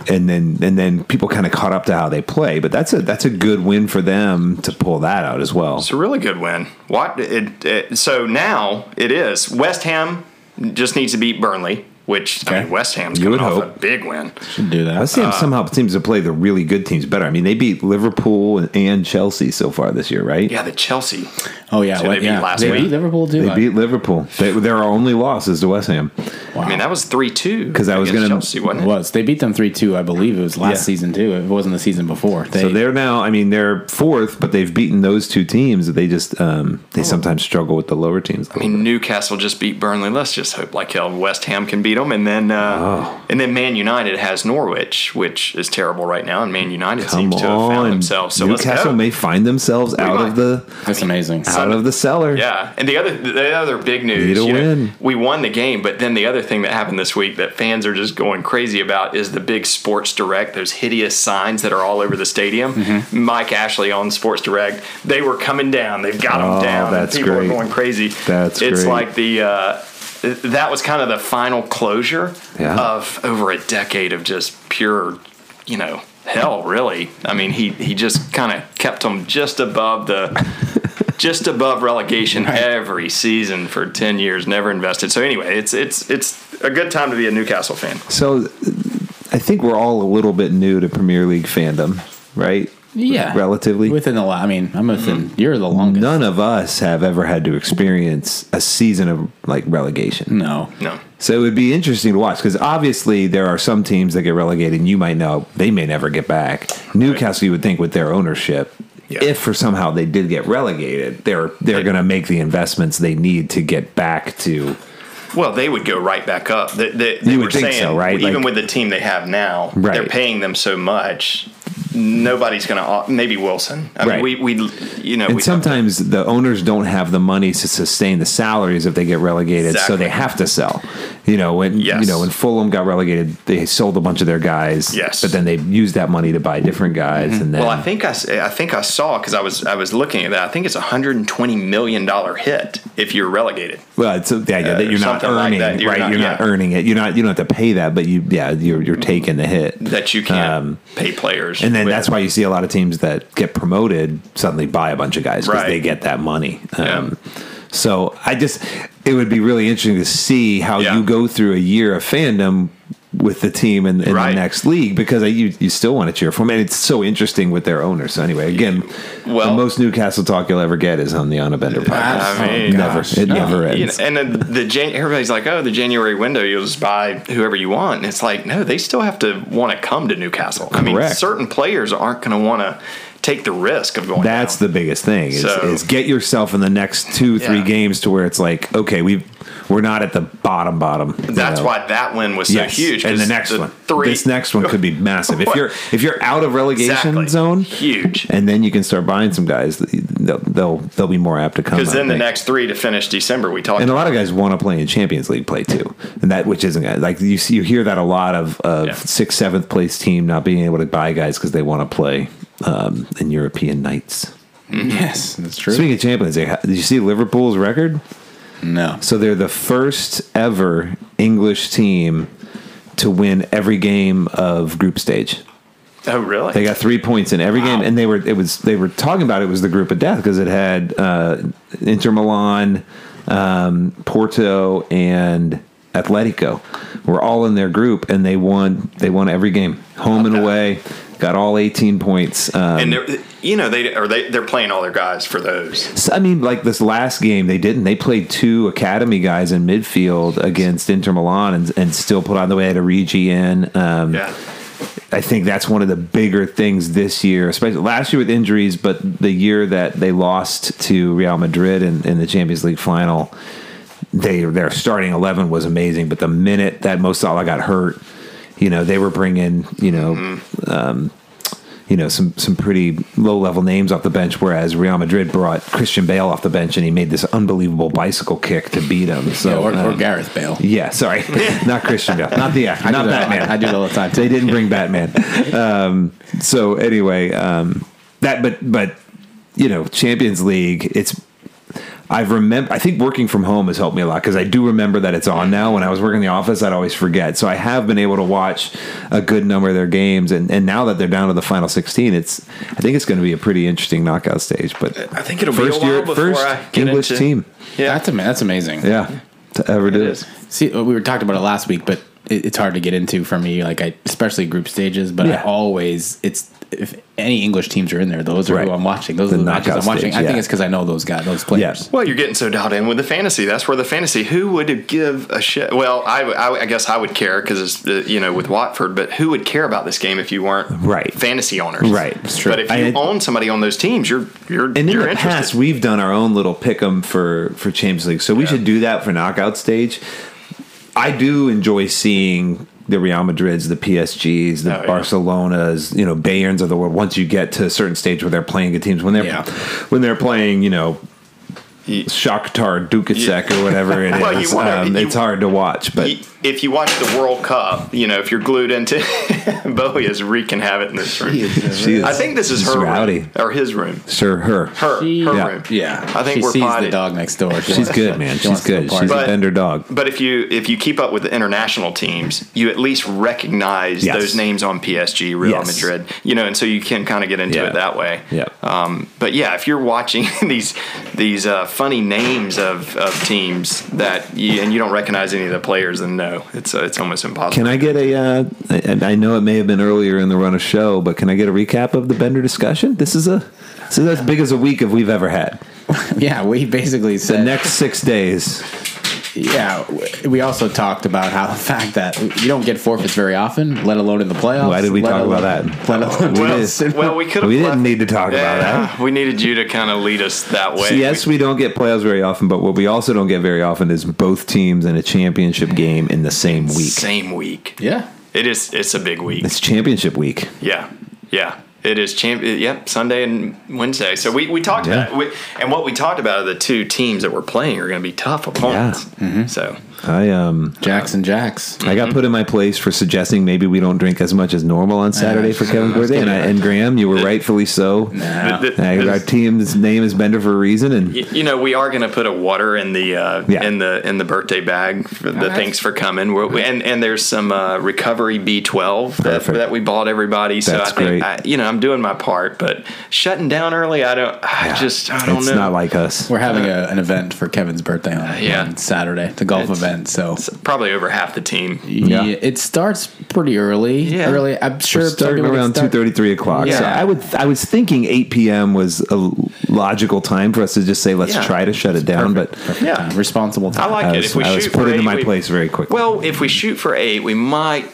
[SPEAKER 3] and then and then people kind of caught up to how they play, but that's a that's a good win for them to pull that out as well.
[SPEAKER 2] It's a really good win. What it, it so now it is West Ham just needs to beat Burnley, which I
[SPEAKER 1] Okay.
[SPEAKER 2] mean West Ham's
[SPEAKER 3] You
[SPEAKER 2] coming
[SPEAKER 3] would
[SPEAKER 2] off a
[SPEAKER 3] hope.
[SPEAKER 2] big win.
[SPEAKER 1] Should do
[SPEAKER 3] I
[SPEAKER 1] that.
[SPEAKER 2] Uh,
[SPEAKER 3] see them somehow seems to play the really good teams better. I mean, they beat Liverpool and, and Chelsea so far this year, right?
[SPEAKER 2] Yeah, the Chelsea.
[SPEAKER 1] Oh yeah,
[SPEAKER 2] So
[SPEAKER 1] well,
[SPEAKER 2] they beat
[SPEAKER 1] yeah.
[SPEAKER 2] last
[SPEAKER 1] they
[SPEAKER 2] week.
[SPEAKER 1] beat Liverpool too.
[SPEAKER 3] They
[SPEAKER 1] I-
[SPEAKER 3] beat Liverpool. They, their only loss is to West Ham.
[SPEAKER 2] I mean that was three two
[SPEAKER 3] 'Cause I was gonna-
[SPEAKER 2] Chelsea wasn't
[SPEAKER 1] It
[SPEAKER 2] it?
[SPEAKER 1] was. They beat them 3 2, I believe. It was last
[SPEAKER 3] Yeah.
[SPEAKER 1] season, too. It wasn't the season before. They,
[SPEAKER 3] So they're now, I mean, they're fourth, but they've beaten those two teams. They just, um, they sometimes struggle with the lower teams.
[SPEAKER 2] Oh. I mean Newcastle just beat Burnley. Let's just hope like hell West Ham can beat them, and then uh, and then Man United has Norwich, which is terrible right now, and Man United seems to have found themselves. So let's
[SPEAKER 3] Newcastle
[SPEAKER 2] go.
[SPEAKER 3] may find themselves out
[SPEAKER 2] might.
[SPEAKER 3] of the
[SPEAKER 1] that's amazing.
[SPEAKER 3] out of the cellar.
[SPEAKER 2] Yeah, and the other the other big news,
[SPEAKER 3] Need a
[SPEAKER 2] you know,
[SPEAKER 3] win.
[SPEAKER 2] we won the game, but then the other thing that happened this week that fans are just going crazy about is the big Sports Direct, those hideous signs that are all over the stadium.
[SPEAKER 3] Mm-hmm.
[SPEAKER 2] Mike Ashley on Sports Direct, they were coming down. They've got them
[SPEAKER 3] Oh,
[SPEAKER 2] down.
[SPEAKER 3] that's
[SPEAKER 2] People
[SPEAKER 3] great.
[SPEAKER 2] are going crazy.
[SPEAKER 3] That's
[SPEAKER 2] it's
[SPEAKER 3] great.
[SPEAKER 2] like the. Uh, that was kind of the final closure
[SPEAKER 3] Yeah.
[SPEAKER 2] of over a decade of just pure, you know, hell. Really, I mean, he he just kind of kept them just above the just above relegation every season for 10 years never invested so anyway it's it's it's a good time to be a newcastle fan
[SPEAKER 3] So uh, I think we're all a little bit new to Premier League fandom, right?
[SPEAKER 1] yeah.
[SPEAKER 3] Relatively. Mm-hmm.
[SPEAKER 1] Within the la I mean, I'm within. You're the longest.
[SPEAKER 3] None of us have ever had to experience a season of like relegation.
[SPEAKER 1] No.
[SPEAKER 2] no
[SPEAKER 3] So it would be interesting to watch because obviously there are some teams that get relegated and you might know they may never get back. Newcastle, you would think, with their ownership,
[SPEAKER 2] Yeah.
[SPEAKER 3] if for somehow they did get relegated, they're they're going to make the investments they need to get back to.
[SPEAKER 2] well they would go right back up they, they, they
[SPEAKER 3] You
[SPEAKER 2] were
[SPEAKER 3] would think
[SPEAKER 2] saying
[SPEAKER 3] so, right?
[SPEAKER 2] even
[SPEAKER 3] Like-
[SPEAKER 2] with the team they have now
[SPEAKER 3] Right.
[SPEAKER 2] they're paying them so much nobody's gonna uh, maybe wilson i
[SPEAKER 3] Right.
[SPEAKER 2] mean we we you know
[SPEAKER 3] And
[SPEAKER 2] we
[SPEAKER 3] sometimes the owners don't have the money to sustain the salaries if they get relegated, so
[SPEAKER 2] Exactly.
[SPEAKER 3] they have to sell. You know when
[SPEAKER 2] Yes.
[SPEAKER 3] you know when Fulham got relegated, they sold a bunch of their guys.
[SPEAKER 2] Yes. Mm-hmm.
[SPEAKER 3] but then they used that money to buy different guys, and then
[SPEAKER 2] Well, I think I, s- I think I saw because I was I was looking at that. I think it's a hundred and twenty million dollar hit if you're relegated.
[SPEAKER 3] Well, it's the idea
[SPEAKER 2] Uh,
[SPEAKER 3] that you're not
[SPEAKER 2] something like
[SPEAKER 3] earning,
[SPEAKER 2] that. You're
[SPEAKER 3] right?
[SPEAKER 2] not-
[SPEAKER 3] you're
[SPEAKER 2] yeah.
[SPEAKER 3] not
[SPEAKER 2] Mm-hmm.
[SPEAKER 3] earning it. You're not. You don't have to pay that, but you, yeah, you're you're taking the hit.
[SPEAKER 2] that you can't
[SPEAKER 3] Um,
[SPEAKER 2] pay players.
[SPEAKER 3] and then
[SPEAKER 2] with.
[SPEAKER 3] that's why you see a lot of teams that get promoted suddenly buy a bunch of guys because
[SPEAKER 2] Right.
[SPEAKER 3] they get that money.
[SPEAKER 2] Yeah.
[SPEAKER 3] Um, So I just, it would be really interesting to see how
[SPEAKER 2] Yeah.
[SPEAKER 3] you go through a year of fandom with the team in, in
[SPEAKER 2] Right.
[SPEAKER 3] the next league because I, you you still want to cheer for them, and it's so interesting with their owner. So anyway, again,
[SPEAKER 2] Well-
[SPEAKER 3] the most Newcastle talk you'll ever get is on the On a Bender podcast.
[SPEAKER 2] I mean,
[SPEAKER 3] never,
[SPEAKER 1] gosh,
[SPEAKER 3] it
[SPEAKER 1] no.
[SPEAKER 3] never ends.
[SPEAKER 2] You know, and then the Jan- everybody's like, oh, the January window, you'll just buy whoever you want. And it's like, no, they still have to want to come to Newcastle. I mean,
[SPEAKER 3] Correct.
[SPEAKER 2] certain players aren't going to want to take the risk of going.
[SPEAKER 3] That's the biggest thing is,
[SPEAKER 2] So-
[SPEAKER 3] is get yourself in the next two three
[SPEAKER 2] Yeah.
[SPEAKER 3] games to where it's like okay we we're not at the bottom bottom. you
[SPEAKER 2] That's
[SPEAKER 3] know.
[SPEAKER 2] why that win was so
[SPEAKER 3] Yes.
[SPEAKER 2] huge.
[SPEAKER 3] And the
[SPEAKER 2] 'cause
[SPEAKER 3] next one,
[SPEAKER 2] three,
[SPEAKER 3] this next one could be massive. If you're if you're out of relegation
[SPEAKER 2] Exactly.
[SPEAKER 3] zone,
[SPEAKER 2] huge.
[SPEAKER 3] and then you can start buying some guys, they'll they'll, they'll be more apt to come.
[SPEAKER 2] Because
[SPEAKER 3] I
[SPEAKER 2] then the
[SPEAKER 3] think.
[SPEAKER 2] next three to finish December, we talked.
[SPEAKER 3] And a lot of guys want to play in Champions League play too, and that which isn't like you see you hear that a lot of of
[SPEAKER 2] Yeah.
[SPEAKER 3] sixth seventh place team not being able to buy guys because they want to play um, in European nights.
[SPEAKER 1] Yes, that's true.
[SPEAKER 3] Speaking of Champions League, did you see Liverpool's record?
[SPEAKER 1] No.
[SPEAKER 3] So they're the first ever English team to win every game of group stage.
[SPEAKER 2] oh, really?
[SPEAKER 3] They got three points in every game, and they were it was they were talking about it was the group of death because it had uh, Inter Milan, um, Porto, and Atletico were all in their group, and they won they won every game, home and away. Got all 18 points. Um,
[SPEAKER 2] and they're, you know they are they they're playing all their guys for those.
[SPEAKER 3] So, I mean, like this last game, they didn't. They played two academy guys in midfield against Inter Milan and, and still put on the way to Rigi in. Um,
[SPEAKER 2] Yeah.
[SPEAKER 3] I think that's one of the bigger things this year, especially last year with injuries, but the year that they lost to Real Madrid in, in the Champions League final, they their starting eleven was amazing. But the minute that Mo Salah got hurt, you know they were bringing you know
[SPEAKER 1] Mm-hmm.
[SPEAKER 3] um, you know some some pretty low level names off the bench. Whereas Real Madrid brought Christian Bale off the bench, and he made this unbelievable bicycle kick to beat him. So
[SPEAKER 1] yeah, or, or
[SPEAKER 3] um,
[SPEAKER 1] Gareth Bale.
[SPEAKER 3] yeah, sorry, not Christian Bale, not the actor,
[SPEAKER 1] I
[SPEAKER 3] not
[SPEAKER 1] do that,
[SPEAKER 3] Batman.
[SPEAKER 1] I, I do that all the time.
[SPEAKER 3] They didn't bring Batman. Um, so anyway, um, that but but you know Champions League. It's I've remember. I think working from home has helped me a lot because I do remember that it's on now. When I was working in the office, I'd always forget. So I have been able to watch a good number of their games, and and now that they're down to the final sixteen, it's I think it's going to be a pretty interesting knockout stage. But
[SPEAKER 2] I think it'll
[SPEAKER 3] first
[SPEAKER 2] be a while
[SPEAKER 3] year,
[SPEAKER 2] before
[SPEAKER 3] first
[SPEAKER 2] I get
[SPEAKER 3] English
[SPEAKER 2] into-
[SPEAKER 3] team,
[SPEAKER 2] Yeah.
[SPEAKER 1] That's, ama- that's amazing.
[SPEAKER 3] yeah, to ever do
[SPEAKER 2] It
[SPEAKER 3] it.
[SPEAKER 2] is.
[SPEAKER 1] See, uh, we were talked about it last week, but it, it's hard to get into for me. Like I, especially group stages, but I
[SPEAKER 3] Yeah.
[SPEAKER 1] always it's if any English teams are in there, those are
[SPEAKER 3] Right.
[SPEAKER 1] who I'm watching. Those
[SPEAKER 3] The
[SPEAKER 1] are the matches
[SPEAKER 3] knockout
[SPEAKER 1] I'm watching.
[SPEAKER 3] stage,
[SPEAKER 1] I think
[SPEAKER 3] yeah.
[SPEAKER 1] it's because I know those guys, those players.
[SPEAKER 2] Well, you're getting so dialed in with the fantasy. That's where the fantasy. Who would give a shit? Well, I, I, I guess I would care because it's uh, you know with Watford, but who would care about this game if you weren't
[SPEAKER 3] Right.
[SPEAKER 2] fantasy owners?
[SPEAKER 3] Right. It's true.
[SPEAKER 2] But if you
[SPEAKER 3] I-
[SPEAKER 2] own somebody on those teams, you're you're
[SPEAKER 3] And in
[SPEAKER 2] you're
[SPEAKER 3] the
[SPEAKER 2] interested.
[SPEAKER 3] past, we've done our own little pick 'em for for Champions League, so we should do that for knockout stage. I do enjoy seeing the Real Madrids, the PSGs, the
[SPEAKER 2] Oh, yeah.
[SPEAKER 3] Barcelonas, you know, Bayerns of the world. Once you get to a certain stage where they're playing good teams, when they're
[SPEAKER 1] Yeah.
[SPEAKER 3] when they're playing, you know,
[SPEAKER 2] Ye-
[SPEAKER 3] Shakhtar, Dukacek, or whatever it is,
[SPEAKER 2] Well, you wanna-
[SPEAKER 3] um,
[SPEAKER 2] you-
[SPEAKER 3] it's hard to watch. But
[SPEAKER 2] Y- If you watch the World Cup, you know if you're glued into Bowie is wreaking havoc in this room.
[SPEAKER 3] she is
[SPEAKER 2] I think this is
[SPEAKER 3] she's
[SPEAKER 2] her
[SPEAKER 3] rowdy,
[SPEAKER 2] room or his room.
[SPEAKER 3] sir. Her,
[SPEAKER 2] Her her
[SPEAKER 3] Yeah.
[SPEAKER 2] room.
[SPEAKER 1] Yeah,
[SPEAKER 2] I think
[SPEAKER 1] she
[SPEAKER 2] we're
[SPEAKER 1] sees
[SPEAKER 2] potted.
[SPEAKER 1] the dog next door. She
[SPEAKER 3] she's
[SPEAKER 1] wants-
[SPEAKER 3] good, man.
[SPEAKER 1] she
[SPEAKER 3] She's
[SPEAKER 1] wants to go
[SPEAKER 3] good.
[SPEAKER 1] party.
[SPEAKER 3] She's a
[SPEAKER 2] But-
[SPEAKER 3] bender dog.
[SPEAKER 2] But if you if you keep up with the international teams, you at least recognize
[SPEAKER 3] Yes.
[SPEAKER 2] those names on PSG, Real
[SPEAKER 3] Yes.
[SPEAKER 2] Madrid, you know, and so you can kind of get into
[SPEAKER 3] Yeah.
[SPEAKER 2] it that way.
[SPEAKER 3] Yeah.
[SPEAKER 2] Um, but yeah, if you're watching these these uh, funny names of, of teams that you, and you don't recognize any of the players, then no, it's uh, it's almost impossible.
[SPEAKER 3] Can I get a? Uh, I I know it may have been earlier in the run of show, but can I get a recap of the Bender discussion? This is a this is as big as a week of we've ever had.
[SPEAKER 1] yeah, we basically
[SPEAKER 3] The
[SPEAKER 1] said
[SPEAKER 3] next six days,
[SPEAKER 1] Yeah, w- we also talked about how the fact that you don't get forfeits very often, let alone in the playoffs.
[SPEAKER 3] Why did we
[SPEAKER 1] let
[SPEAKER 3] talk about
[SPEAKER 1] alone-
[SPEAKER 3] that?
[SPEAKER 1] Let alone
[SPEAKER 3] Well,
[SPEAKER 2] well, we could have
[SPEAKER 3] we didn't need to talk about that.
[SPEAKER 2] We needed you to kind of lead us that way.
[SPEAKER 3] Yes, we don't get playoffs very often, but what we also don't get very often is both teams in a championship game in the same week.
[SPEAKER 2] Same week.
[SPEAKER 1] yeah,
[SPEAKER 2] It is. It's a big week.
[SPEAKER 3] It's championship week.
[SPEAKER 2] Yeah, yeah. It is champ. Yep, Sunday and Wednesday. So we, we talked
[SPEAKER 3] Yeah. Mm-hmm.
[SPEAKER 2] about it. We, and what we talked about are the two teams that we're playing are going to be tough opponents. So
[SPEAKER 3] I um
[SPEAKER 1] Jackson Jacks.
[SPEAKER 3] I got put in my place for suggesting maybe we don't drink as much as normal on Saturday for Kevin Gordon and, I, and Graham. You were rightfully so.
[SPEAKER 1] Nah.
[SPEAKER 2] Th- th-
[SPEAKER 3] I, our
[SPEAKER 2] this-
[SPEAKER 3] team's name is Bender for a reason, and
[SPEAKER 2] y- you know, we are going to put a water in the uh,
[SPEAKER 3] Yeah.
[SPEAKER 2] in the in the birthday bag. For the
[SPEAKER 1] right.
[SPEAKER 2] thanks for coming. We're, we- and and there's some uh, recovery B12 that,
[SPEAKER 3] Perfect.
[SPEAKER 2] that we bought everybody. So
[SPEAKER 3] That's
[SPEAKER 2] I think
[SPEAKER 3] great.
[SPEAKER 2] I, you know I'm doing my part, but shutting down early, I don't. I just I don't
[SPEAKER 3] it's
[SPEAKER 2] know.
[SPEAKER 3] not like us.
[SPEAKER 1] We're having a, an event for Kevin's birthday on,
[SPEAKER 2] yeah.
[SPEAKER 1] on Saturday, the golf
[SPEAKER 2] It's-
[SPEAKER 1] event. So
[SPEAKER 2] It's probably over half the team.
[SPEAKER 1] yeah.
[SPEAKER 3] Yeah.
[SPEAKER 1] it starts pretty early.
[SPEAKER 2] Yeah.
[SPEAKER 1] early. I'm sure some
[SPEAKER 3] starting
[SPEAKER 1] people can
[SPEAKER 3] around two
[SPEAKER 1] start-
[SPEAKER 3] thirty, three o'clock. So
[SPEAKER 2] Yeah.
[SPEAKER 3] I would I was thinking eight p.m. was a logical time for us to just say let's
[SPEAKER 2] Yeah.
[SPEAKER 3] try to shut it down, but
[SPEAKER 1] Yeah,
[SPEAKER 2] Yeah.
[SPEAKER 1] responsible
[SPEAKER 2] I
[SPEAKER 1] time.
[SPEAKER 2] like
[SPEAKER 3] I
[SPEAKER 2] it.
[SPEAKER 3] was,
[SPEAKER 2] If we
[SPEAKER 3] I was
[SPEAKER 2] shoot
[SPEAKER 3] put
[SPEAKER 2] for
[SPEAKER 3] into
[SPEAKER 2] eight,
[SPEAKER 3] my
[SPEAKER 2] we-
[SPEAKER 3] place very quickly.
[SPEAKER 2] Well, if we shoot for eight, we might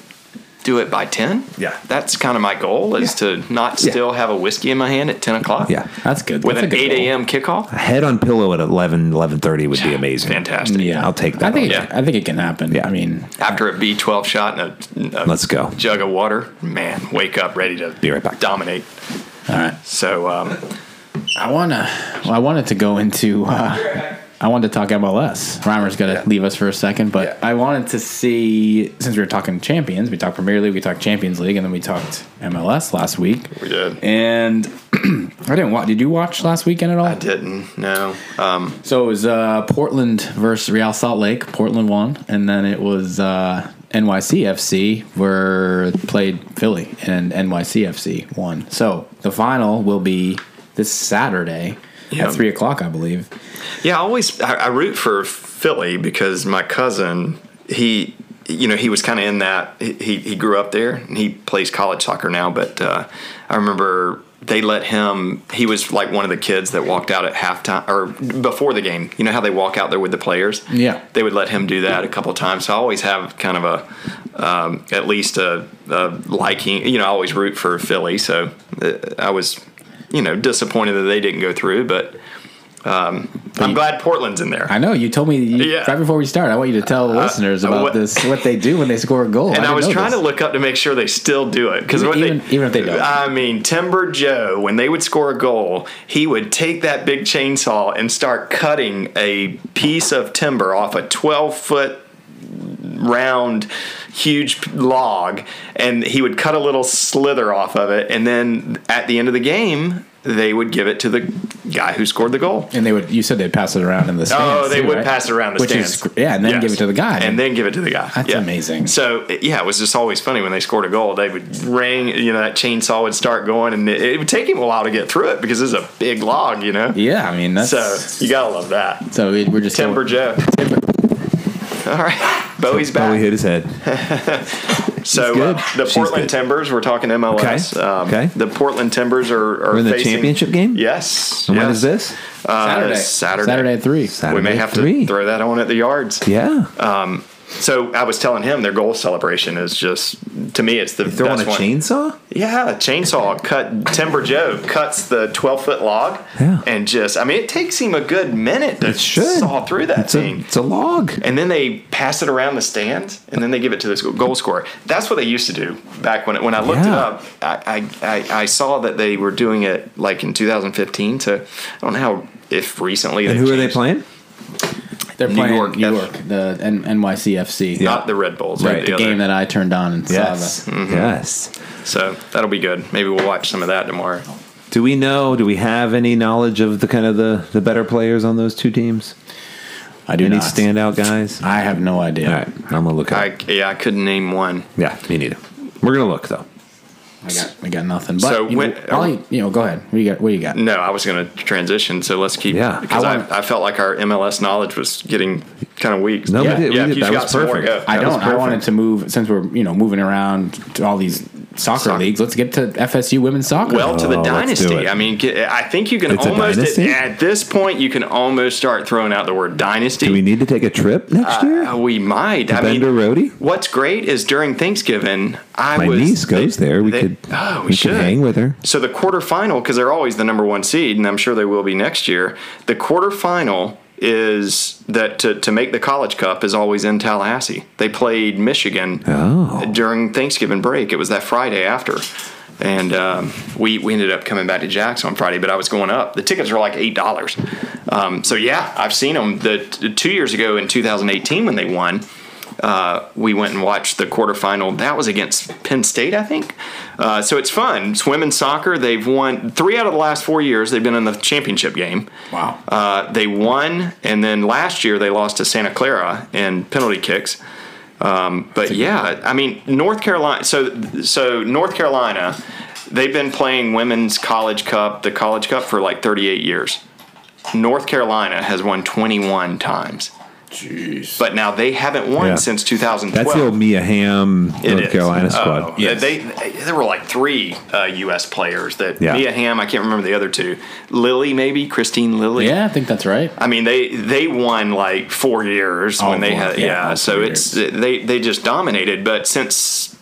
[SPEAKER 2] do it by ten.
[SPEAKER 3] Yeah.
[SPEAKER 2] that's kind of my goal is to not
[SPEAKER 3] Yeah.
[SPEAKER 2] still have a whiskey in my hand at ten o'clock.
[SPEAKER 3] yeah,
[SPEAKER 1] That's good.
[SPEAKER 2] with
[SPEAKER 1] That's a
[SPEAKER 2] an
[SPEAKER 1] good
[SPEAKER 2] eight
[SPEAKER 1] goal.
[SPEAKER 2] a.m. kickoff.
[SPEAKER 3] head on pillow at 11, 11.30 would be amazing.
[SPEAKER 2] Fantastic.
[SPEAKER 1] Yeah,
[SPEAKER 3] I'll take that
[SPEAKER 1] I think
[SPEAKER 2] all
[SPEAKER 1] it,
[SPEAKER 2] day.
[SPEAKER 1] I think it can happen.
[SPEAKER 3] Yeah.
[SPEAKER 1] I mean,
[SPEAKER 2] After a B twelve shot and a, a
[SPEAKER 3] Let's go.
[SPEAKER 2] jug of water, man, wake up ready to
[SPEAKER 3] Be right back.
[SPEAKER 2] Dominate.
[SPEAKER 1] all right.
[SPEAKER 2] So um,
[SPEAKER 1] I wanna. Well, I wanted to go into. Uh, I wanted to talk MLS. Reimer's gonna leave us for a second, but I wanted to see since we were talking champions, we talked Premier League, we talked Champions League, and then we talked MLS last week.
[SPEAKER 2] we did.
[SPEAKER 1] And I didn't watch. Did you watch last weekend at all?
[SPEAKER 2] I didn't. No. Um,
[SPEAKER 1] So it was uh, Portland versus Real Salt Lake. Portland won, and then it was uh, NYCFC were played Philly, and NYCFC won. So the final will be this Saturday
[SPEAKER 2] Yeah.
[SPEAKER 1] at three o'clock, I believe.
[SPEAKER 2] yeah, I always I, I root for Philly because my cousin he you know he was kind of in that he, he he grew up there and he plays college soccer now but uh, I remember they let him he was like one of the kids that walked out at halftime or before the game you know how they walk out there with the players
[SPEAKER 1] Yeah.
[SPEAKER 2] they would let him do that a couple times. So I always have kind of a, um, at least a, a liking. You know, I always root for Philly. So uh, I was, you know, disappointed that they didn't go through, but um, I'm glad Portland's in there.
[SPEAKER 1] I know you told me you,
[SPEAKER 2] Yeah.
[SPEAKER 1] right before we started. I want you to tell the listeners
[SPEAKER 2] uh,
[SPEAKER 1] about
[SPEAKER 2] what-
[SPEAKER 1] this, what they do when they score a goal.
[SPEAKER 2] and I,
[SPEAKER 1] didn't
[SPEAKER 2] was
[SPEAKER 1] know
[SPEAKER 2] trying
[SPEAKER 1] this.
[SPEAKER 2] to look up to make sure they still do it because
[SPEAKER 1] Even- even if they don't.
[SPEAKER 2] I mean, Timber Joe, when they would score a goal, he would take that big chainsaw and start cutting a piece of timber off a twelve foot round huge p- log and he would cut a little slither off of it and then at the end of the game they would give it to the guy who scored the goal
[SPEAKER 1] and they would. You said they'd pass it around in the stands.
[SPEAKER 2] Oh, they
[SPEAKER 1] too,
[SPEAKER 2] would
[SPEAKER 1] right?
[SPEAKER 2] pass it around the
[SPEAKER 1] Which is
[SPEAKER 2] stands.
[SPEAKER 1] gr- yeah, and then
[SPEAKER 2] Yes.
[SPEAKER 1] give it to the guy.
[SPEAKER 2] And then give it to the guy.
[SPEAKER 1] That's
[SPEAKER 2] Yeah.
[SPEAKER 1] amazing.
[SPEAKER 2] So yeah, it was just always funny when they scored a goal. They would ring, you know, that chainsaw would start going, and it, it would take him a while to get through it because it's a big log, you know.
[SPEAKER 1] yeah, I mean that's
[SPEAKER 2] So
[SPEAKER 1] so.
[SPEAKER 2] you gotta love that.
[SPEAKER 1] we- we're just
[SPEAKER 2] Timber Joe. All right, Bowie's
[SPEAKER 3] Bowie
[SPEAKER 2] back.
[SPEAKER 3] Oh, hit his head.
[SPEAKER 2] so
[SPEAKER 3] He's
[SPEAKER 2] uh,
[SPEAKER 3] good.
[SPEAKER 2] the
[SPEAKER 3] She's
[SPEAKER 2] Portland
[SPEAKER 3] good.
[SPEAKER 2] Timbers. We're talking MLS.
[SPEAKER 3] Okay.
[SPEAKER 2] Um,
[SPEAKER 3] Okay.
[SPEAKER 2] The Portland Timbers are, are
[SPEAKER 3] We're in the
[SPEAKER 2] facing-
[SPEAKER 3] championship game?
[SPEAKER 2] Yes.
[SPEAKER 3] And when
[SPEAKER 2] yes.
[SPEAKER 3] is this?
[SPEAKER 2] Uh,
[SPEAKER 1] Saturday.
[SPEAKER 2] Saturday.
[SPEAKER 1] Saturday at three.
[SPEAKER 2] We may
[SPEAKER 3] Saturday,
[SPEAKER 2] have
[SPEAKER 3] three.
[SPEAKER 2] to throw that on at the yards.
[SPEAKER 3] Yeah.
[SPEAKER 2] Uh, So I was telling him their goal celebration is just to me it's the
[SPEAKER 3] Throw on a
[SPEAKER 2] best one.
[SPEAKER 3] chainsaw?
[SPEAKER 2] Yeah, a chainsaw cut Timber Joe cuts the twelve foot log
[SPEAKER 3] Yeah.
[SPEAKER 2] and just I mean it takes him a good minute to
[SPEAKER 3] It should.
[SPEAKER 2] saw through that
[SPEAKER 3] It's a,
[SPEAKER 2] thing.
[SPEAKER 3] it's a log.
[SPEAKER 2] and then they pass it around the stand, and then they give it to the sc- goal scorer. That's what they used to do back when when I looked it
[SPEAKER 3] Yeah.
[SPEAKER 2] up. I, I, I I saw that they were doing it like in 2015. To I don't know how if recently.
[SPEAKER 3] And
[SPEAKER 2] they've
[SPEAKER 3] who are they
[SPEAKER 2] changed.
[SPEAKER 3] playing?
[SPEAKER 1] They're
[SPEAKER 2] New
[SPEAKER 1] playing
[SPEAKER 2] York
[SPEAKER 1] New
[SPEAKER 2] F-
[SPEAKER 1] York, the N- NYCFC.
[SPEAKER 2] Not the Red Bulls,
[SPEAKER 1] Right,
[SPEAKER 2] but
[SPEAKER 1] the
[SPEAKER 2] other.
[SPEAKER 1] game that I turned on and
[SPEAKER 3] Yes.
[SPEAKER 1] saw
[SPEAKER 2] Mm-hmm.
[SPEAKER 3] Yes.
[SPEAKER 2] So that'll be good. Maybe we'll watch some of that tomorrow.
[SPEAKER 3] Do we know? Do we have any knowledge of the kind of the, the better players on those two teams?
[SPEAKER 1] the. I do
[SPEAKER 3] Any
[SPEAKER 1] not.
[SPEAKER 3] standout guys?
[SPEAKER 1] I have no idea.
[SPEAKER 3] All right, I'm gonna look. Up.
[SPEAKER 2] I yeah, I couldn't name one.
[SPEAKER 3] yeah, me neither. We're gonna look though.
[SPEAKER 1] I got, I got nothing. But
[SPEAKER 2] So
[SPEAKER 1] you,
[SPEAKER 2] when- Mm,
[SPEAKER 1] know, all you- you know, go ahead. What do you got? What do you got?
[SPEAKER 2] No, I was going to transition. So let's keep.
[SPEAKER 3] Yeah.
[SPEAKER 2] because
[SPEAKER 1] I
[SPEAKER 2] I,
[SPEAKER 1] wanna-
[SPEAKER 2] I, felt like our MLS knowledge was getting kind of weak.
[SPEAKER 3] No,
[SPEAKER 1] Yeah,
[SPEAKER 3] we did.
[SPEAKER 2] yeah, if
[SPEAKER 3] we did.
[SPEAKER 2] you've
[SPEAKER 3] That
[SPEAKER 2] got
[SPEAKER 3] was
[SPEAKER 2] some more,
[SPEAKER 3] perfect.
[SPEAKER 2] go.
[SPEAKER 1] I
[SPEAKER 3] That was
[SPEAKER 1] don't. I wanted
[SPEAKER 3] perfect.
[SPEAKER 1] to move since we're you know moving around to all these soccer,
[SPEAKER 2] Soccer.
[SPEAKER 1] leagues. Let's get to FSU women's soccer.
[SPEAKER 2] Well, to the
[SPEAKER 3] Oh, let's do
[SPEAKER 2] dynasty.
[SPEAKER 3] it.
[SPEAKER 2] I mean, get- I think you can
[SPEAKER 3] It's a
[SPEAKER 2] almost at,
[SPEAKER 3] dynasty?
[SPEAKER 2] at this point you can almost start throwing out the word dynasty.
[SPEAKER 3] Do we need to take a trip next year?
[SPEAKER 2] Uh, we might. I
[SPEAKER 3] Bender
[SPEAKER 2] mean,
[SPEAKER 3] Roadie?
[SPEAKER 2] What's great is during Thanksgiving. I
[SPEAKER 3] My
[SPEAKER 2] was,
[SPEAKER 3] niece goes
[SPEAKER 2] they-
[SPEAKER 3] there. We
[SPEAKER 2] they-
[SPEAKER 3] could.
[SPEAKER 2] Oh, we,
[SPEAKER 3] we
[SPEAKER 2] should
[SPEAKER 3] could hang with her.
[SPEAKER 2] So the quarterfinal, because they're always the number one seed, and I'm sure they will be next year. The quarterfinal is that to, to make the college cup is always in Tallahassee. They played Michigan
[SPEAKER 3] Oh.
[SPEAKER 2] during Thanksgiving break. It was that Friday after. and um, we we ended up coming back to Jack's on Friday. But I was going up. The tickets were like eight dollars. Um, so yeah, I've seen them. The, the two years ago in 2018 when they won, uh, we went and watched the quarterfinal. That was against Penn State, I think. Uh, so it's fun. It's women's soccer. They've won three out of the last four years. They've been in the championship game.
[SPEAKER 1] Wow.
[SPEAKER 2] Uh, they won, and then last year they lost to Santa Clara in penalty kicks. Um, but yeah, I mean North Carolina. So so North Carolina, they've been playing women's college cup, the college cup for like 38 years. North Carolina has won 21 times,
[SPEAKER 1] Jeez.
[SPEAKER 2] but now they haven't won
[SPEAKER 3] Yeah.
[SPEAKER 2] since 2012.
[SPEAKER 3] That's the old Mia Hamm
[SPEAKER 2] It
[SPEAKER 3] North
[SPEAKER 2] is.
[SPEAKER 3] Carolina squad.
[SPEAKER 2] Oh,
[SPEAKER 1] Yes.
[SPEAKER 2] They, they there were like three uh, U.S. players that
[SPEAKER 3] Yeah.
[SPEAKER 2] Mia Hamm. I can't remember the other two. Lily, maybe Christine Lilly.
[SPEAKER 1] Yeah, I think that's right.
[SPEAKER 2] I mean, they they won like four years
[SPEAKER 1] All
[SPEAKER 2] when they
[SPEAKER 1] four,
[SPEAKER 2] had
[SPEAKER 1] yeah,
[SPEAKER 2] yeah.
[SPEAKER 1] all
[SPEAKER 2] so
[SPEAKER 1] four
[SPEAKER 2] it's they they just dominated. But since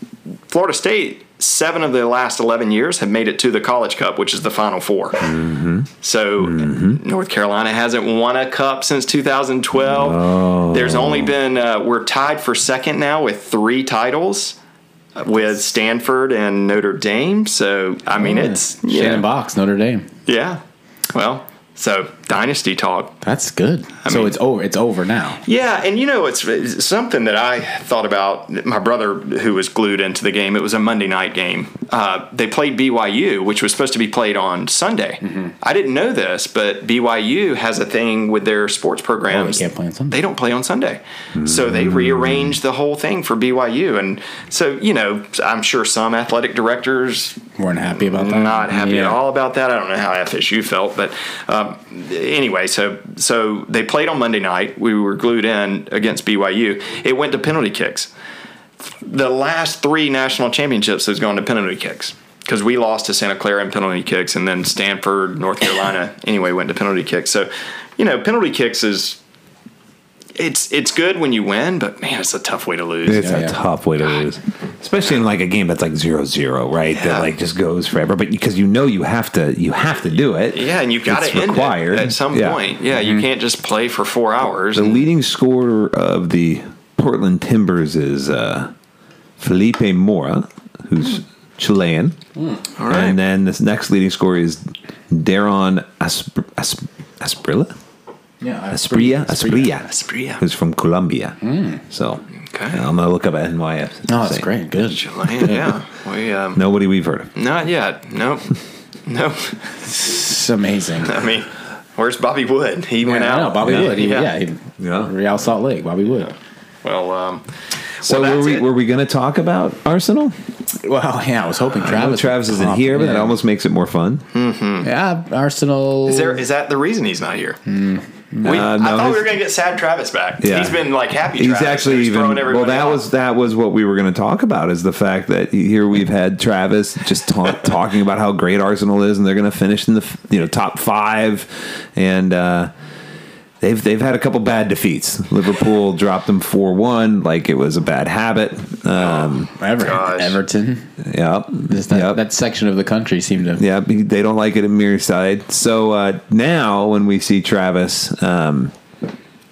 [SPEAKER 2] Florida State, seven of the last eleven years have made it to the College Cup, which is the Final 4 So North Carolina hasn't won a cup since 2012. There's only been uh, we're tied for second now with three titles. uh, With Stanford and Notre Dame, so I mean it's
[SPEAKER 1] Shannon
[SPEAKER 2] yeah,
[SPEAKER 1] Box, Notre Dame.
[SPEAKER 2] yeah. Well, so dynasty talk.
[SPEAKER 1] That's good. so
[SPEAKER 2] mean-
[SPEAKER 1] it's over. It's over now.
[SPEAKER 2] Yeah, and you know, it's, it's something that I thought about. My brother, who was glued into the game, it was a Monday night game. Uh, they played BYU, which was supposed to be played on Sunday.
[SPEAKER 1] Mm-hmm.
[SPEAKER 2] I didn't know this, but BYU has a thing with their sports programs.
[SPEAKER 1] Oh, can't play on Sunday. Mm.
[SPEAKER 2] They don't play on Sunday. So they rearranged the whole thing for BYU. And so, you know, I'm sure some athletic directors
[SPEAKER 1] Weren't happy about that.
[SPEAKER 2] not happy
[SPEAKER 1] Yeah.
[SPEAKER 2] at all about that. I don't know how FSU felt, but um, anyway, so so they played on Monday night. We were glued in against BYU. It went to penalty kicks. The last three national championships has gone to penalty kicks because we lost to Santa Clara in penalty kicks, and then Stanford, North Carolina, anyway, went to penalty kicks. So, you know, penalty kicks is. It's it's good when you win, but man, it's a tough way to lose.
[SPEAKER 3] It's a
[SPEAKER 1] yeah.
[SPEAKER 3] tough way to lose, especially in like a game that's like zero zero, right? That
[SPEAKER 2] Yeah.
[SPEAKER 3] like just goes forever, but because you know you have to, you have to do it.
[SPEAKER 2] Yeah, and you've got
[SPEAKER 3] It's
[SPEAKER 2] to end
[SPEAKER 3] required.
[SPEAKER 2] it at some
[SPEAKER 3] Yeah. Mm-hmm.
[SPEAKER 2] point. Yeah, you can't just play for four hours.
[SPEAKER 3] The
[SPEAKER 2] and-
[SPEAKER 3] leading scorer of the Portland Timbers is uh, Felipe Mora, who's Chilean.
[SPEAKER 2] Hmm. All right.
[SPEAKER 3] And then this next leading scorer is Daron Aspr- Aspr- Asprilla?
[SPEAKER 1] Yeah, I-
[SPEAKER 3] Asprilla? Asprilla.
[SPEAKER 2] Asprilla.
[SPEAKER 3] Who's from Colombia. So
[SPEAKER 2] Hmm. Okay.
[SPEAKER 3] I'm going to look up at NYF.
[SPEAKER 1] No, that's
[SPEAKER 3] Say,
[SPEAKER 1] great. Good.
[SPEAKER 2] Chilean, yeah. We um,
[SPEAKER 3] Nobody we've heard of.
[SPEAKER 2] not yet. Nope. nope.
[SPEAKER 1] It's amazing.
[SPEAKER 2] I mean, where's Bobby Wood? He went
[SPEAKER 1] Yeah, I
[SPEAKER 2] out.
[SPEAKER 1] know, Bobby
[SPEAKER 3] Yeah.
[SPEAKER 1] Wood. He,
[SPEAKER 2] Yeah.
[SPEAKER 1] yeah. he-
[SPEAKER 3] Yeah.
[SPEAKER 1] Real Salt Lake. Bobby Wood.
[SPEAKER 2] Well, um,
[SPEAKER 3] So
[SPEAKER 2] well,
[SPEAKER 3] were
[SPEAKER 2] that's
[SPEAKER 3] we
[SPEAKER 2] it.
[SPEAKER 3] were we going to talk about Arsenal?
[SPEAKER 1] Well, yeah, I was hoping Travis.
[SPEAKER 3] Travis, Travis
[SPEAKER 1] would
[SPEAKER 3] isn't
[SPEAKER 1] pop,
[SPEAKER 3] here, but
[SPEAKER 1] yeah.
[SPEAKER 3] it almost makes it more fun.
[SPEAKER 2] Hmm.
[SPEAKER 1] Yeah, Arsenal.
[SPEAKER 2] is there is that the reason he's not here? We,
[SPEAKER 3] Uh,
[SPEAKER 2] I
[SPEAKER 3] no,
[SPEAKER 2] thought we
[SPEAKER 3] his-
[SPEAKER 2] were gonna get sad Travis back.
[SPEAKER 3] Yeah.
[SPEAKER 2] He's been like happy.
[SPEAKER 3] He's
[SPEAKER 2] Travis.
[SPEAKER 3] actually
[SPEAKER 2] He's
[SPEAKER 3] even
[SPEAKER 2] throwing
[SPEAKER 3] well.
[SPEAKER 2] everybody
[SPEAKER 3] That
[SPEAKER 2] off.
[SPEAKER 3] was that was what we were going to talk about is the fact that here we've had Travis just ta- talking about how great Arsenal is and they're going to finish in the f- you know top five, and uh, they've they've had a couple bad defeats. Liverpool dropped them four one, like it was a bad habit. Um,
[SPEAKER 1] Ever-
[SPEAKER 2] Gosh.
[SPEAKER 1] Everton.
[SPEAKER 3] yeah,
[SPEAKER 1] This, that,
[SPEAKER 3] Yep.
[SPEAKER 1] that section of the country seemed to.
[SPEAKER 3] Yeah, be- they don't like it in Mirrorside. So uh, now, when we see Travis, um,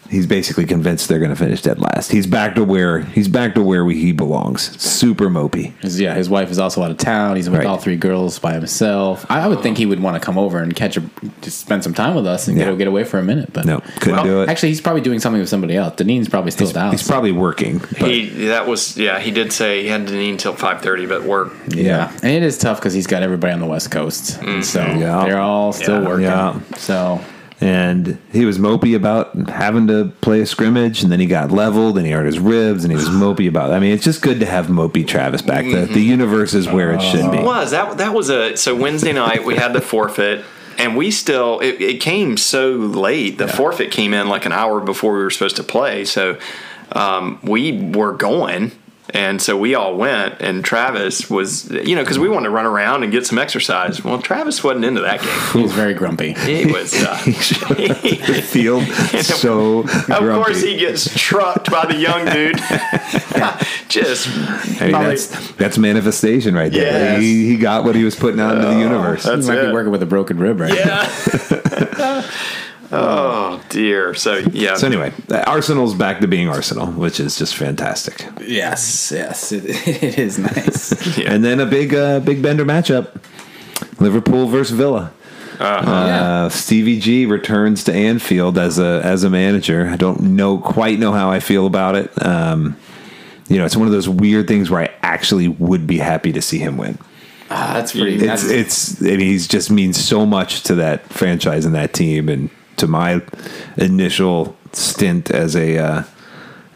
[SPEAKER 3] he's basically convinced they're going to finish dead last. He's back to where he's back to where we, he belongs. Super mopey.
[SPEAKER 1] His, yeah, his wife is also out of town. He's with
[SPEAKER 3] Right.
[SPEAKER 1] all three girls by himself. I, I would think he would want to come over and catch a, just spend some time with us and
[SPEAKER 3] Yeah.
[SPEAKER 1] get, get away for a minute. But
[SPEAKER 3] No, couldn't do it.
[SPEAKER 1] Actually, he's probably doing something with somebody else. Deneen's probably still down.
[SPEAKER 3] he's probably working. But
[SPEAKER 2] He that was yeah. He did say he had to eat until five thirty, but work.
[SPEAKER 1] yeah. and it is tough because he's got everybody on the West Coast, and so
[SPEAKER 3] Yeah.
[SPEAKER 1] they're all still
[SPEAKER 2] Yeah.
[SPEAKER 1] working.
[SPEAKER 3] Yeah.
[SPEAKER 1] So
[SPEAKER 3] and he was mopey about having to play a scrimmage, and then he got leveled, and he hurt his ribs, and he was mopey about. I mean, it's just good to have mopey Travis back. The,
[SPEAKER 2] Mm-hmm.
[SPEAKER 3] the universe is where it should be.
[SPEAKER 2] It was that that was a so Wednesday night we had the forfeit and we still it, it came so late the forfeit came in like an hour before we were supposed to play so um, we were going and so we all went and Travis was you know because we wanted to run around and get some exercise well Travis wasn't into that game
[SPEAKER 1] he was very grumpy.
[SPEAKER 2] he was uh,
[SPEAKER 3] The field so
[SPEAKER 2] of
[SPEAKER 3] grumpy.
[SPEAKER 2] course he gets trucked by the young dude just
[SPEAKER 3] Hey,
[SPEAKER 2] probably-
[SPEAKER 3] that's that's manifestation right there.
[SPEAKER 2] Yes. Oh.
[SPEAKER 3] He, he got what he was putting out into the universe.
[SPEAKER 1] He
[SPEAKER 2] that's
[SPEAKER 1] might be
[SPEAKER 2] it.
[SPEAKER 1] working with a broken rib right now.
[SPEAKER 2] Yeah. Oh dear. So yeah.
[SPEAKER 3] So anyway, Arsenal's back to being Arsenal, which is just fantastic.
[SPEAKER 1] Yes, yes, it, it is nice.
[SPEAKER 2] Yeah.
[SPEAKER 3] And then a big, uh, big bender matchup: Liverpool versus Villa. Uh, Stevie G returns to Anfield as a as a manager. I don't know quite know how I feel about it. Um, you know, it's one of those weird things where I actually would be happy to see him win.
[SPEAKER 1] Ah, that's pretty.
[SPEAKER 3] It's
[SPEAKER 1] That's,
[SPEAKER 3] it's I mean, he's just means so much to that franchise and that team and to my initial stint as a uh,